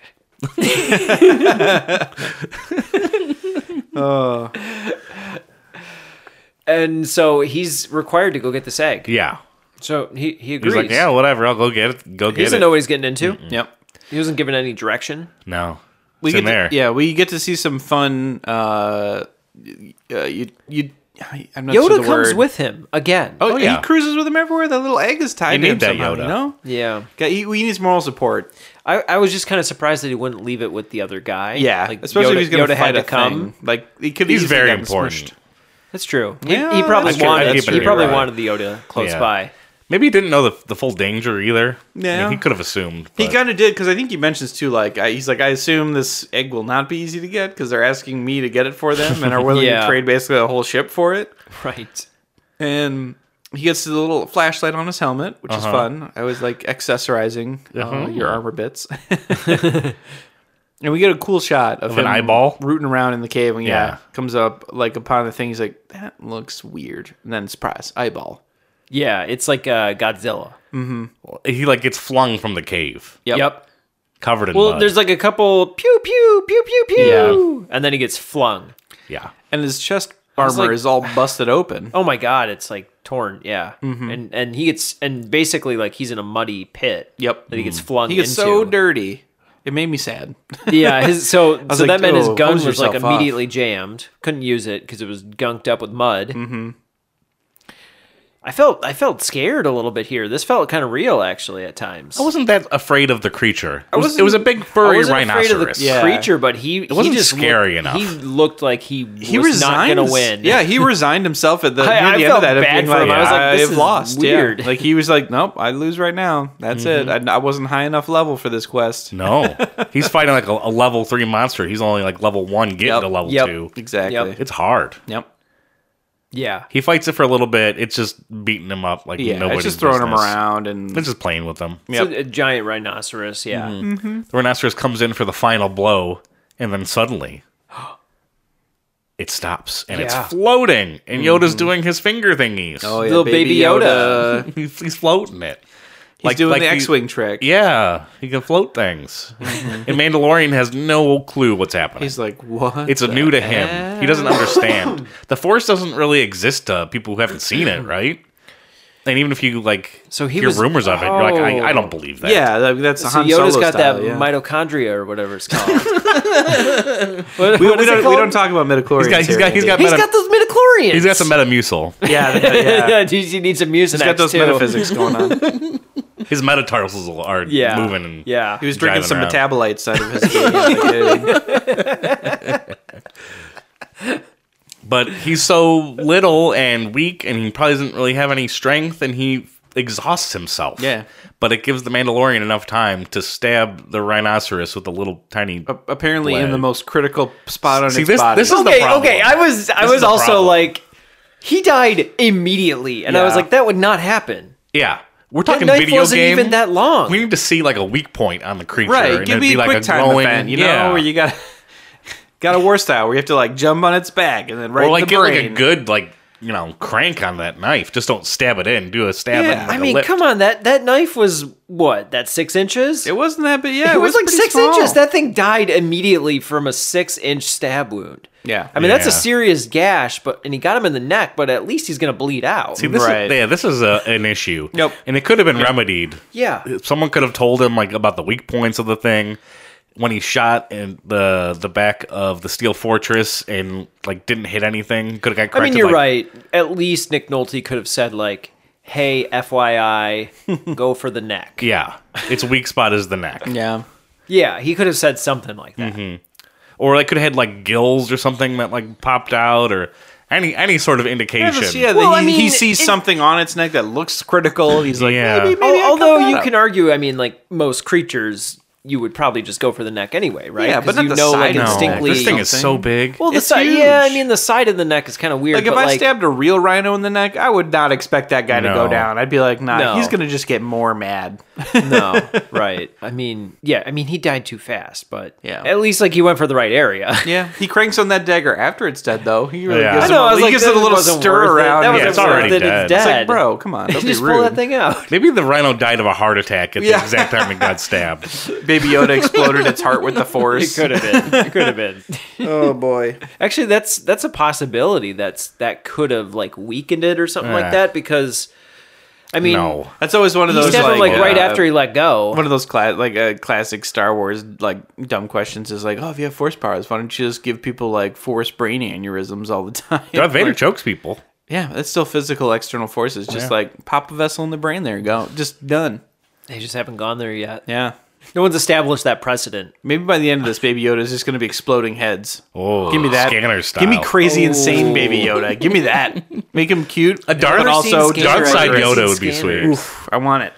special. back. Oh. And so he's required to go get this egg. Yeah, So he he agrees. he's like, yeah, whatever. I'll go get it. Go he get doesn't it. know what he's getting into. Yep. He wasn't given any direction. no, We it's get in there. To, yeah, we get to see some fun. Uh, uh, you you. I'm Yoda not sure the comes word. with him again. Oh, yeah. he cruises with him everywhere. That little egg is tied You to need him that somehow. Yoda. You know. yeah. Yeah, he, he needs moral support. I, I was just kind of surprised that he wouldn't leave it with the other guy. Yeah, Like, Yoda, especially if he's going Yoda to had fight to a come. thing. Like he could. He's easily very gotten important. smushed. That's true. Yeah, he, he probably that's true. wanted. That's He true, probably you're right. wanted the Yoda close Yeah. by. Maybe he didn't know the, the full danger either. I mean, Yeah. he could have assumed. He but- kind of did because I think he mentions too. Like I, he's like, I assume this egg will not be easy to get because they're asking me to get it for them and are willing Yeah. to trade basically a whole ship for it. Right. And he gets the little flashlight on his helmet, which is fun. I was like accessorizing uh, your armor bits. and we get a cool shot of, Of an him eyeball? rooting around in the cave. And yeah, Yeah. comes up like upon the thing. He's like, that looks weird. And then surprise, eyeball. Yeah, it's like uh, Godzilla. He like gets flung from the cave, Yep. covered in Well, mud. there's like a couple pew pew pew pew pew, and then he gets flung. yeah, And his chest armor like- is all busted open. Oh my god, it's like torn. Yeah, and and he gets and basically like he's in a muddy pit. Yep. that he gets Mm. flung. He gets into. so dirty. It made me sad. Yeah, his, so so like, that meant his "Oh, gun hose was like yourself off." immediately jammed. Couldn't use it because it was gunked up with mud. Mm-hmm. I felt I felt scared a little bit here. This felt kind of real actually at times. I wasn't that afraid of the creature. It was, it was a big I furry wasn't afraid of rhinoceros. the Yeah. creature, but he it wasn't he just scary looked, enough. He looked like he he was not resigns. gonna win. Yeah, he resigned himself at the, I- near I the end felt of that. of bad being for him. I was like, this "I've is lost. Yeah. weird. Mm-hmm. Like he was like, nope, I lose right now. That's it. I, I wasn't high enough level for this quest. No, he's fighting like a, a level three monster. He's only like level one, getting Yep. to level Yep. two. Exactly. Yep. It's hard. Yep. yeah. He fights it for a little bit. It's just beating him up like Yeah. nobody's it's just throwing business. him around and It's just playing with him. It's a, a giant rhinoceros. Yeah, Mm-hmm. The rhinoceros comes in for the final blow, and then suddenly it stops and Yeah. it's floating. And Yoda's doing his finger thingies. Mm-hmm. Oh, yeah, Little Baby Yoda. he's, he's floating it. He's doing the he- X-wing trick. Yeah, he can float things. and Mandalorian has no clue what's happening. He's like, what? it's the new to him. He doesn't understand. the Force doesn't really exist to people who haven't seen it, right? And even if you like So he hear was- rumors of it, you're like, Oh. I, I don't believe that. Yeah, that, that's So Han Yoda's Solo got style, that yeah. mitochondria or whatever it's called. What- we, what we is it don't, we called? don't talk about midichlorians He's got he's got he's got, He's meta- got those midichlorians. he's got some metamucil. yeah, yeah, yeah. yeah, he he needs some music. He's got those metaphysics going on. His metatarsals are Yeah, moving. And yeah. He was drinking Driving some around. metabolites out of his food. But he's so little and weak, and he probably doesn't really have any strength, and he exhausts himself. Yeah. But it gives the Mandalorian enough time to stab the rhinoceros with a little tiny. Oh. Apparently, in Bled. the most critical spot on See, his this- body. this is the okay, problem. okay. I was I This is was the also problem. like, he died immediately, and I was Yeah. like, that would not happen. yeah, we're That talking knife video wasn't game. even that long. we need to see like a weak point on the creature. right. and Give it'd me be a like quick a time glowing, event, you know, yeah. where you got got a war style where you have to like jump on its back and then right or like in the get like a brain. good like you know crank on that knife. Just don't stab it in. Do a stab. Yeah, in, like I a mean, lift. come on that that knife was what that six inches. it wasn't that, but yeah, it was, like pretty six small. inches. That thing died immediately from a six inch stab wound. Yeah. I mean that's a Yeah. serious gash, but and he got him in the neck, but at least he's gonna bleed out. See, this Right. is, yeah, this is a, an issue. Yep. And it could have been remedied. Yeah. Someone could have told him like about the weak points of the thing when he shot in the the back of the steel fortress and like didn't hit anything. Could have got I corrected. mean, you're like, right. At least Nick Nolte could have said like, "Hey, FYI, go for the neck." Yeah. Its weak spot is the neck. yeah. Yeah, he could have said something like that. Mm-hmm. Or it could have had like gills or something that like popped out or any any sort of Yeah, indication. but yeah, Well, he, I mean, he sees it- something on its neck that looks critical. He's like, Yeah. maybe, Al- maybe I cut although that you out. can argue, I mean, like most creatures, you would probably just go for the neck anyway, right? Yeah, 'Cause but not you the know, side like neck. No, instinctly. this thing is so something. big. well, the It's side. Yeah, I huge. mean, the side of the neck is kind of weird. Like if but, I stabbed a real rhino in the neck, I would not expect that guy to No. go down. I'd be like, nah, No. he's gonna just get more mad. no, right? I mean, yeah, I mean, he died too fast, but Yeah. at least like he went for the right area. Yeah, he cranks on that dagger after it's dead, though. He really Yeah. gives, I him know, a- I was he like, gives that it a little wasn't stir worth it. around. That him. wasn't Yeah, it's already worth it. dead. It's It's dead. It's like, bro, come on, don't just be pull rude. that thing out. Maybe the rhino died of a heart attack at Yeah. the exact time it got stabbed. Baby Yoda exploded its heart with the It force. could have been. It could have been. Oh boy. Actually, that's that's a possibility. That's that could have like weakened it or something Yeah. like that. Because, I mean, Eh. No. That's always one of he those stabbed like, him like right uh, after he let go. One of those cla- like uh, classic Star Wars like dumb questions is like, oh, if you have force powers, why don't you just give people like force brain aneurysms all the time? Darth Vader Like, chokes people. yeah, that's still physical external forces. Just Yeah. like pop a vessel in the brain. There you go. Just done. They just haven't gone there yet. Yeah. No one's established that precedent. Maybe by the end of this, Baby Yoda is just going to be exploding heads. Oh, give me that scanner style. Give me crazy, Oh. insane Baby Yoda. Give me that. Make him cute. A dark, but also dark dangerous. side I've seen Yoda would be scanners. sweet. Oof, I want it.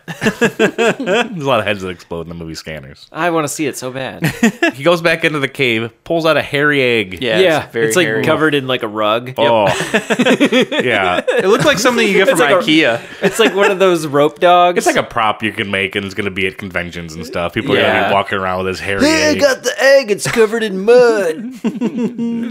There's a lot of heads that explode in the movie Scanners. I want to see it so bad. He goes back into the cave, pulls out a hairy egg. Yeah, yeah, it's very like hairy. covered in like a rug. Oh. yeah. It looked like something you get It's from like a- IKEA. It's like one of those rope dogs. It's like a prop you can make, and it's going to be at conventions and stuff. People are going to Yeah. be walking around with this hairy egg. the egg. It's covered in mud.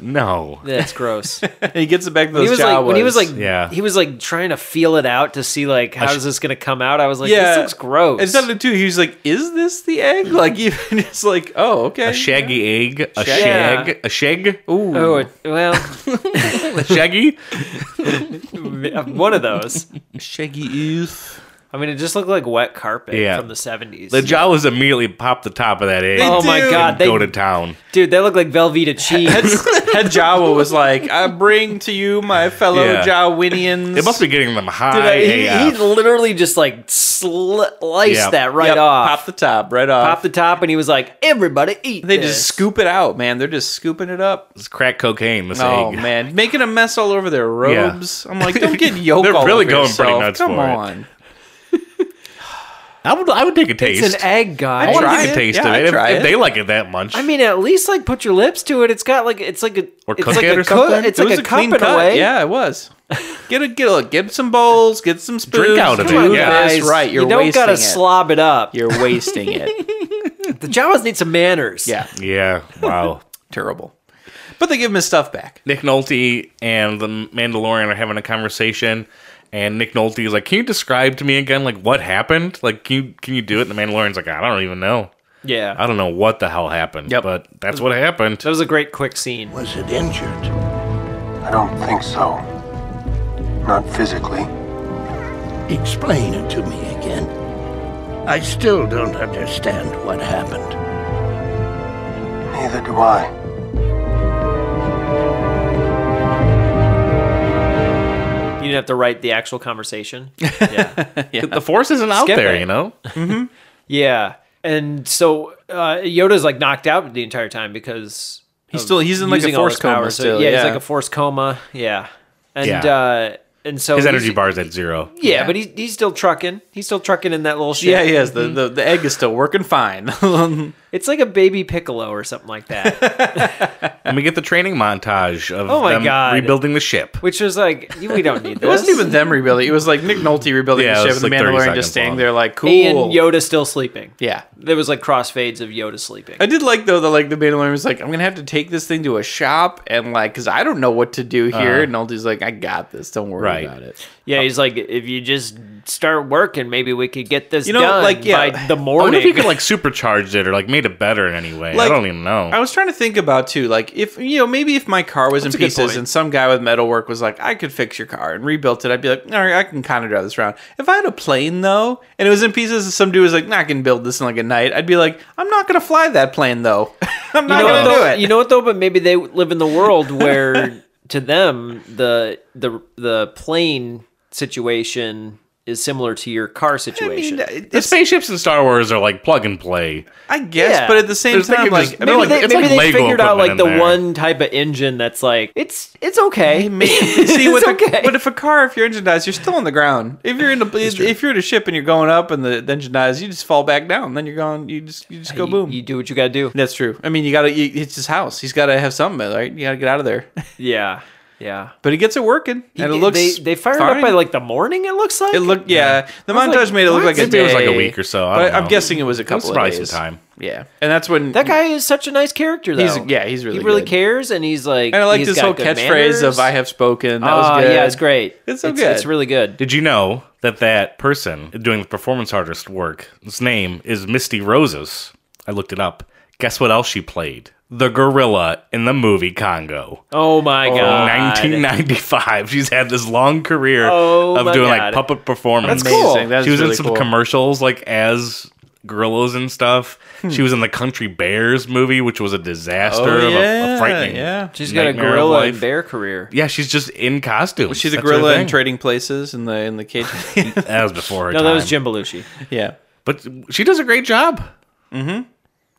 no. That's gross. he gets it back to those He was like Jawas. when he was like Yeah. he was like trying to feel it out to see like how is this gonna come out. I was like, Yeah. this looks gross. Instead of two, he was like, "Is this the egg?" Like even it's like, "Oh, okay." A shaggy egg, a Yeah. shag, a shag, Ooh. oh it, well, a shaggy. one of those. shaggy ooth. I mean, it just looked like wet carpet Yeah. from the seventies. The Jawas immediately pop the top of that egg. Oh my do. god, and go to they town. dude, they look like Velveeta cheese. Head Jawa was like, "I bring to you my fellow Yeah. Jawinians." It must be getting them Dude, high. I- he, he AF. literally just like sli- sliced Yeah. that right Yep, off, Pop the top right off. pop the top, and he was like, "Everybody eat." they this." just scoop it out, man. They're just scooping it up. It's crack cocaine. This Oh egg. man, making a mess all over their robes. I'm like, don't get yolk. They're all really over going yourself. pretty nuts Come for it. on. I would. I would take a taste. It's an egg, guy. I want to Try take a it. taste Yeah, of I'd it. If, try if it. they like it that much, I mean, at least like put your lips to it. It's got like it's like a Or it's cook like it a or something? It's It like was a, cup clean in a way. Yeah, it was. Get a get a get some bowls, get some spoons. out of Come it, on, yeah. guys. Guys, right. You're you don't wasting gotta it. slob it up. You're wasting it. The Jawas need some manners. Yeah, yeah. Wow. terrible. But they give him his stuff back. Nick Nolte and the Mandalorian are having a conversation, and Nick Nolte is like, "Can you describe to me again, like what happened? Like, can you can you do it?" And the Mandalorian's like, "I don't even know. yeah. Uh, I don't know what the hell happened, Yep. but that's what happened." that was a great quick scene. Was it injured? I don't think so. Not physically. Explain it to me again. I still don't understand what happened. Neither do I. You didn't have to write the actual conversation. The Force isn't out Skip there, it. you know. yeah, and so uh, Yoda's like knocked out the entire time because He's still he's in like a using all force his power. coma So, still. yeah, he's like a forced coma. Yeah, and Yeah. uh, and so His he's- energy bar's at zero. Yeah, but he's he's still trucking. He's still trucking in that little shit. yeah, he is. The, the the egg is still working fine. It's like a baby piccolo or something like that. And we get the training montage of Oh my them God. rebuilding the ship. Which was like, we don't need this. it wasn't even them rebuilding. It was like Nick Nolte rebuilding Yeah, it the ship, was and the like 30 Mandalorian seconds just standing long. there like, cool. and Yoda still sleeping. Yeah. There was like crossfades of Yoda sleeping. I did like though that like the Mandalorian was like, I'm gonna have to take this thing to a shop and like, cause I don't know what to do Uh-huh. here. and Nolte's like, I got this. Don't worry Right. about it. Yeah, he's like, if you just start working, maybe we could get this You know, done like, yeah. by the I wonder if morning. he could like supercharged it or like made it better in any way. Like, I don't even know. I was trying to think about too, like if you know, maybe if my car was That's a in good pieces point. and some guy with metal work was like, I could fix your car and rebuilt it, I'd be like, all right, I can kind of drive this around. If I had a plane though, and it was in pieces, and some dude was like, nah, I can build this in like a night, I'd be like, I'm not gonna fly that plane though. I'm you not know, what gonna do though, it. you know what though? But maybe they live in the world where, to them, the the the plane situation is similar to your car situation. I mean, the it's- spaceships in Star Wars are like plug and play. I guess, Yeah. but at the same There's- they time, could like, just- I maybe mean, like, they, it's maybe like they Lego figured out equipment like in the there. one type of engine that's like it's it's okay. See, It's with a- okay. but if a car, if your engine dies, you're still on the ground. If you're in a, if you're in a ship and you're going up and the, the engine dies, you just fall back down. Then you're gone. You just you just go You- boom. You, do what you got to do. That's true. I mean, you gotta. You, it's his house. He's gotta have something, right? You gotta get out of there. Yeah, yeah. But he gets it working, and it looks. they they fired it fine. up by like the morning. It looks like It looked. Yeah, the was montage like, made it look what? like a Maybe day. it was like a week or so. I but don't I'm know. guessing it was a was couple. probably of days. some time. Yeah, and that's when That guy is such a nice character, though. He's- yeah, he's really he really good. cares, and he's like. And I like he's this got whole good catchphrase manners. of "I have spoken." That Ah, was good. Yeah, it's great. It's so it's, good. It's really good. Did you know that that person doing the performance artist work, his name is Misty Roses? I looked it up. Guess what else she played? The gorilla in the movie Congo. Oh my god, 1995. She's had this long career Oh my of doing like God. puppet performance. That's cool. Amazing. That she is was in really some cool. commercials like as gorillas and stuff. Hmm. She was in the Country Bears movie, which was a disaster, Oh, of a- a, yeah, frightening. yeah. She's got a nightmare of gorilla and life. bear career. Yeah, she's just in costume. She's a That's her gorilla in thing. Trading Places in the in the cage. That was before her No, that was time. Jim Belushi. yeah. But she does a great job.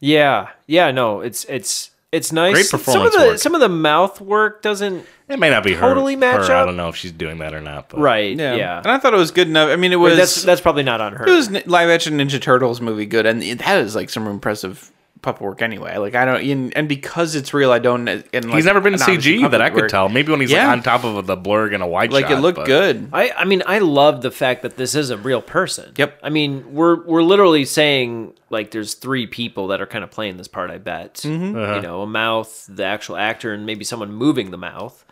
Yeah, yeah. No, it's it's It's nice. Great performance Some of the work. some of the mouth work doesn't. It may not be her. Totally match her. I up. don't know if she's doing that or not. But Right. Yeah. Yeah. And I thought it was good enough. I mean, it was that's that's probably not on her. it was n- live action Ninja Turtles movie good, and it- that is like some impressive puppet work anyway. Like I don't, and, and because it's real, I don't. And like, He's never been an obvious CG that puppet I could work. tell. Maybe when he's Yeah. like on top of the blurg and a wide Like shot, it looked but- good. I, I mean, I love the fact that this is a real person. Yep. I mean, we're we're literally saying like there's three people that are kind of playing this part. I bet. Mm-hmm. You know, a mouth, the actual actor, and maybe someone moving the mouth.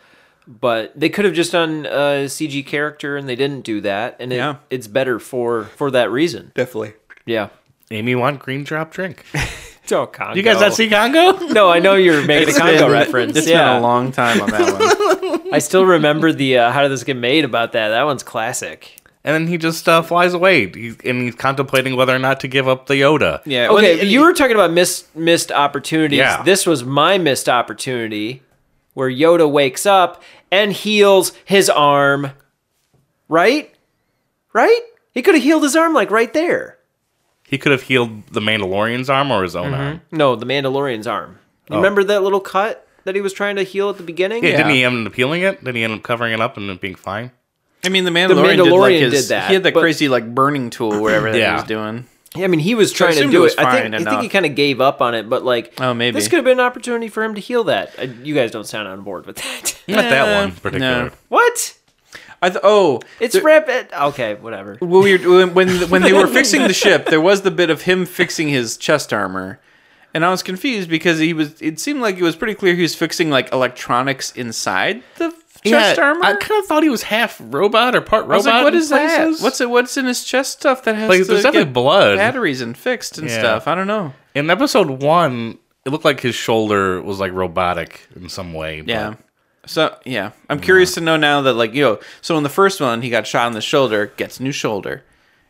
But they could have just done a CG character, and they didn't do that. And it, Yeah. it's better for for that reason. Definitely. Yeah. Amy want green drop drink. Oh, Congo. You guys not see Congo? No, I know you're making a Congo reference. It's yeah. been a long time on that one. I still remember the uh, how did this get made about that. That one's classic. And then he just uh, flies away. He's, and he's contemplating whether or not to give up the Yoda. Yeah. well, Okay, it- you were talking about missed missed opportunities. Yeah. This was my missed opportunity where Yoda wakes up and heals his arm. Right? Right? He could have healed his arm like right there. He could have healed the Mandalorian's arm or his own arm. No, the Mandalorian's arm. Oh. You Remember that little cut that he was trying to heal at the beginning? Yeah, Didn't he end up healing it? Didn't he end up covering it up and it being fine? I mean, the Mandalorian, did, like, Mandalorian his, did that, He had that but- crazy like burning tool, whatever that Yeah. he was doing. Yeah, I mean, he was trying to assumed do it it. was I fine think I think enough. he kind of gave up on it, but like, Oh, maybe. this could have been an opportunity for him to heal that. Uh, you guys don't sound on board with that. Not that one in no. particular. what? I th- oh, It's rapid. Okay, whatever. Well, we were, when when- when they were fixing the ship, there was the bit of him fixing his chest armor, and I was confused because he was. It seemed like it was pretty clear he was fixing like electronics inside the chest armor. I kind of thought he was half robot or part robot. I was like, what in is that? places. What's it? What's in his chest stuff that has Like, to there's definitely get blood. batteries and fixed and Yeah. stuff? I don't know. in episode one? It looked like his shoulder was like robotic in some way. but- Yeah. So yeah, I'm curious to know now that like you know. So in the first one, he got shot in the shoulder, gets new shoulder,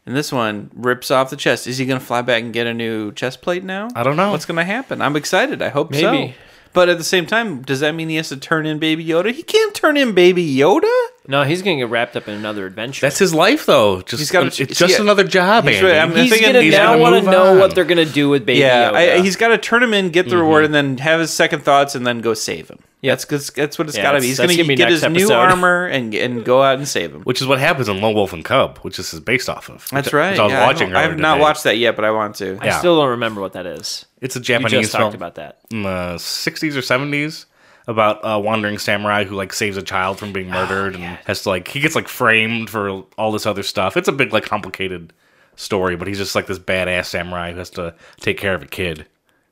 and this one rips off the chest. Is he gonna fly back and get a new chest plate now? I don't know. what's gonna happen. I'm excited. I hope so. Maybe. But at the same time, does that mean he has to turn in Baby Yoda? He can't turn in Baby Yoda. No, he's gonna get wrapped up in another adventure. That's his life, though. Just He's gotta- it's just yeah. another job, He's Andy. right, I'm- he's thinking gonna he's now gonna want move to know on. what they're gonna do with Baby Yeah, Yoda. I, he's got to turn him in, get the reward, and then have his second thoughts, and then go save him. Yeah, that's 'cause- that's what it's Yeah, got to that's- be. He's that's gonna, gonna be get next his new episode. armor and and go out and save him. which is what happens in Lone Wolf and Cub, which this is based off of. That's Which I- right. Which I was yeah, watching. don't- I have earlier not today. watched that yet, but I want to. I yeah. still don't remember what that is. It's a You Japanese just film talked about that. in the '60s or '70s about a wandering samurai who like saves a child from Oh, being murdered and has to like he gets like framed for all this other stuff. It's a big like complicated story, but he's just like this badass samurai who has to take care of a kid.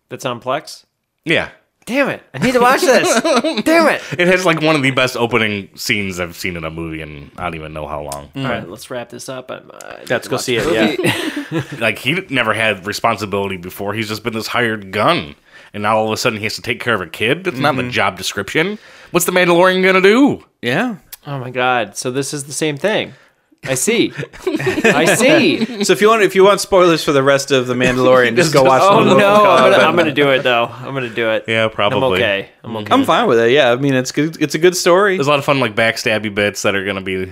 That's on Plex. Yeah. Damn it! I need to watch this. Damn it! It has like one of the best opening scenes I've seen in a movie in I don't even know how long. All right, let's wrap this up. I'm, uh, I need Let's to go watch see the it, yeah. movie. like he never had responsibility before. He's just been this hired gun, and now all of a sudden he has to take care of a kid. That's not in Mm-hmm. the job description. What's the Mandalorian gonna do? Yeah. Oh my god! So this is the same thing. I see. I see. So if you want, if you want spoilers for the rest of the Mandalorian, just go watch. Oh Lone no! Wolf Cub I'm gonna, and- I'm gonna do it though. I'm gonna do it. Yeah, I'm probably. okay. I'm okay. I'm fine with it. Yeah, I mean it's good. It's a good story. There's a lot of fun like backstabby bits that are gonna be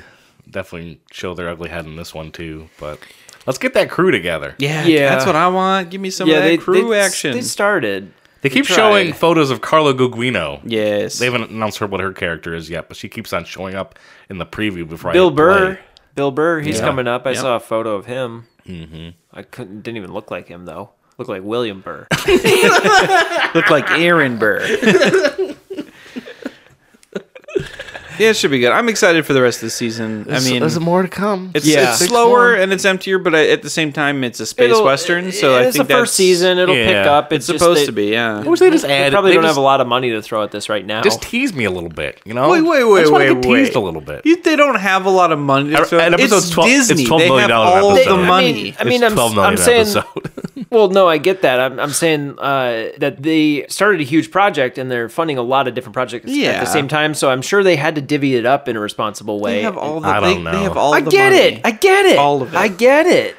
definitely show their ugly head in this one too. But let's get that crew together. Yeah, Yeah. that's what I want. Give me some of that crew action. They started. They keep tried. showing photos of Carla Gugino. yes. They haven't announced her what her character is yet, but she keeps on showing up in the preview before I Bill hit Burr. play. Bill Burr. He's Yeah. coming up. I saw a photo of him. Mm-hmm. I couldn't. Didn't even look like him though. Looked like William Burr. look like Aaron Burr. yeah, it should be good. I'm excited for the rest of the season. I mean, there's more to come. it's, Yeah. it's slower and it's emptier, but I, at the same time, it's a space It'll- western. So it- I it's think the first that's- season. It'll pick Yeah. up. It's, It's just supposed they- to be. Yeah. I wish they just They added. probably they don't just- have a lot of money to throw at this right now. Just tease me a little bit, you know? Oh. Wait, wait, I wait, just wanna wait, get wait. teased a little bit. You, they don't have a lot of money. At- So at episode it's 12 it's Disney. $12 they million have all episode. the I mean- money. I mean, I'm, I'm saying. Well, no, I get that. I'm, I'm saying uh, that they started a huge project and they're funding a lot of different projects at Yeah. the same time. So I'm sure they had to divvy it up in a responsible way. they have all the. I they, don't They know. have all I the get money. it. I get it. All of it. I get it.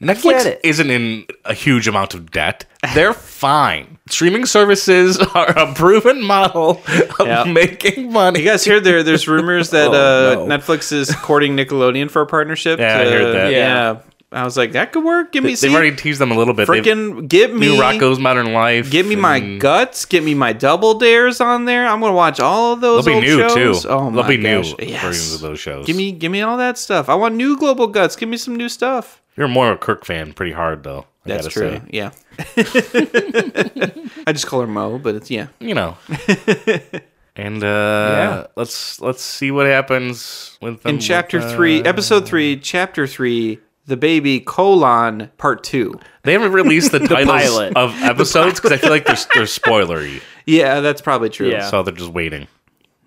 Netflix get it. isn't in a huge amount of debt. They're fine. Streaming services are a proven model of Yeah. making money. you guys hear there? There's rumors that Oh, uh, no. Netflix is courting Nickelodeon for a partnership. Yeah, I to- heard that. Yeah. I was like, that could work. Give me They've see, already teased them a little bit. They've- freaking give me New Rocco's Modern Life. Give me my and guts. Give me my double dares on there. I'm gonna watch all of They'll those. be old new shows. too. Oh They'll my be gosh. new Yes. versions of those shows. Give me, give me all that stuff. I want new global guts. Give me some new stuff. You're more of a Kirk fan, pretty hard though. I That's gotta true. Say. Yeah. I just call her Mo, but it's yeah. You know. and uh, Yeah. let's let's see what happens with them In with, chapter uh, three, episode three, chapter three, the baby colon part two. They haven't released the, titles pilot. of episodes because I feel like they're they're spoilery, Yeah, that's probably true. Yeah. so they're just waiting.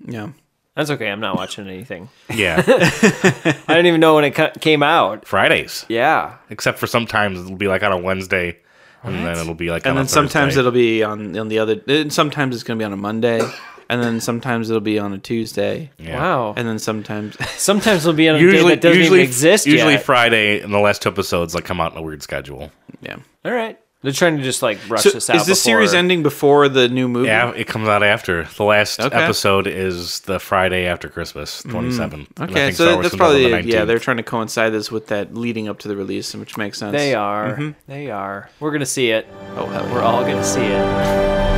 Yeah. That's okay. I'm not watching anything. Yeah, I didn't even know when it cu- came out. Fridays. Yeah. Except for sometimes it'll be like on a Wednesday, and then it'll be like on and a then sometimes Thursday. it'll be on on the other. And sometimes it's gonna be on a Monday, and then sometimes it'll be on a Tuesday, Yeah. Wow. and then sometimes. Sometimes it'll be on a day usually that doesn't usually even exist usually yet. Friday and the last two episodes like come out in a weird schedule. yeah. All right. They're trying to just like rush So this out. is this before- series ending before the new movie? Yeah, it comes out after the last Okay. Mm-hmm. episode is the Friday after Christmas, twenty seventh. Okay, so that's probably yeah. They're trying to coincide this with that leading up to the release, which makes sense. They are. They are. We're gonna see it. Oh hell, yeah. We're all gonna see it.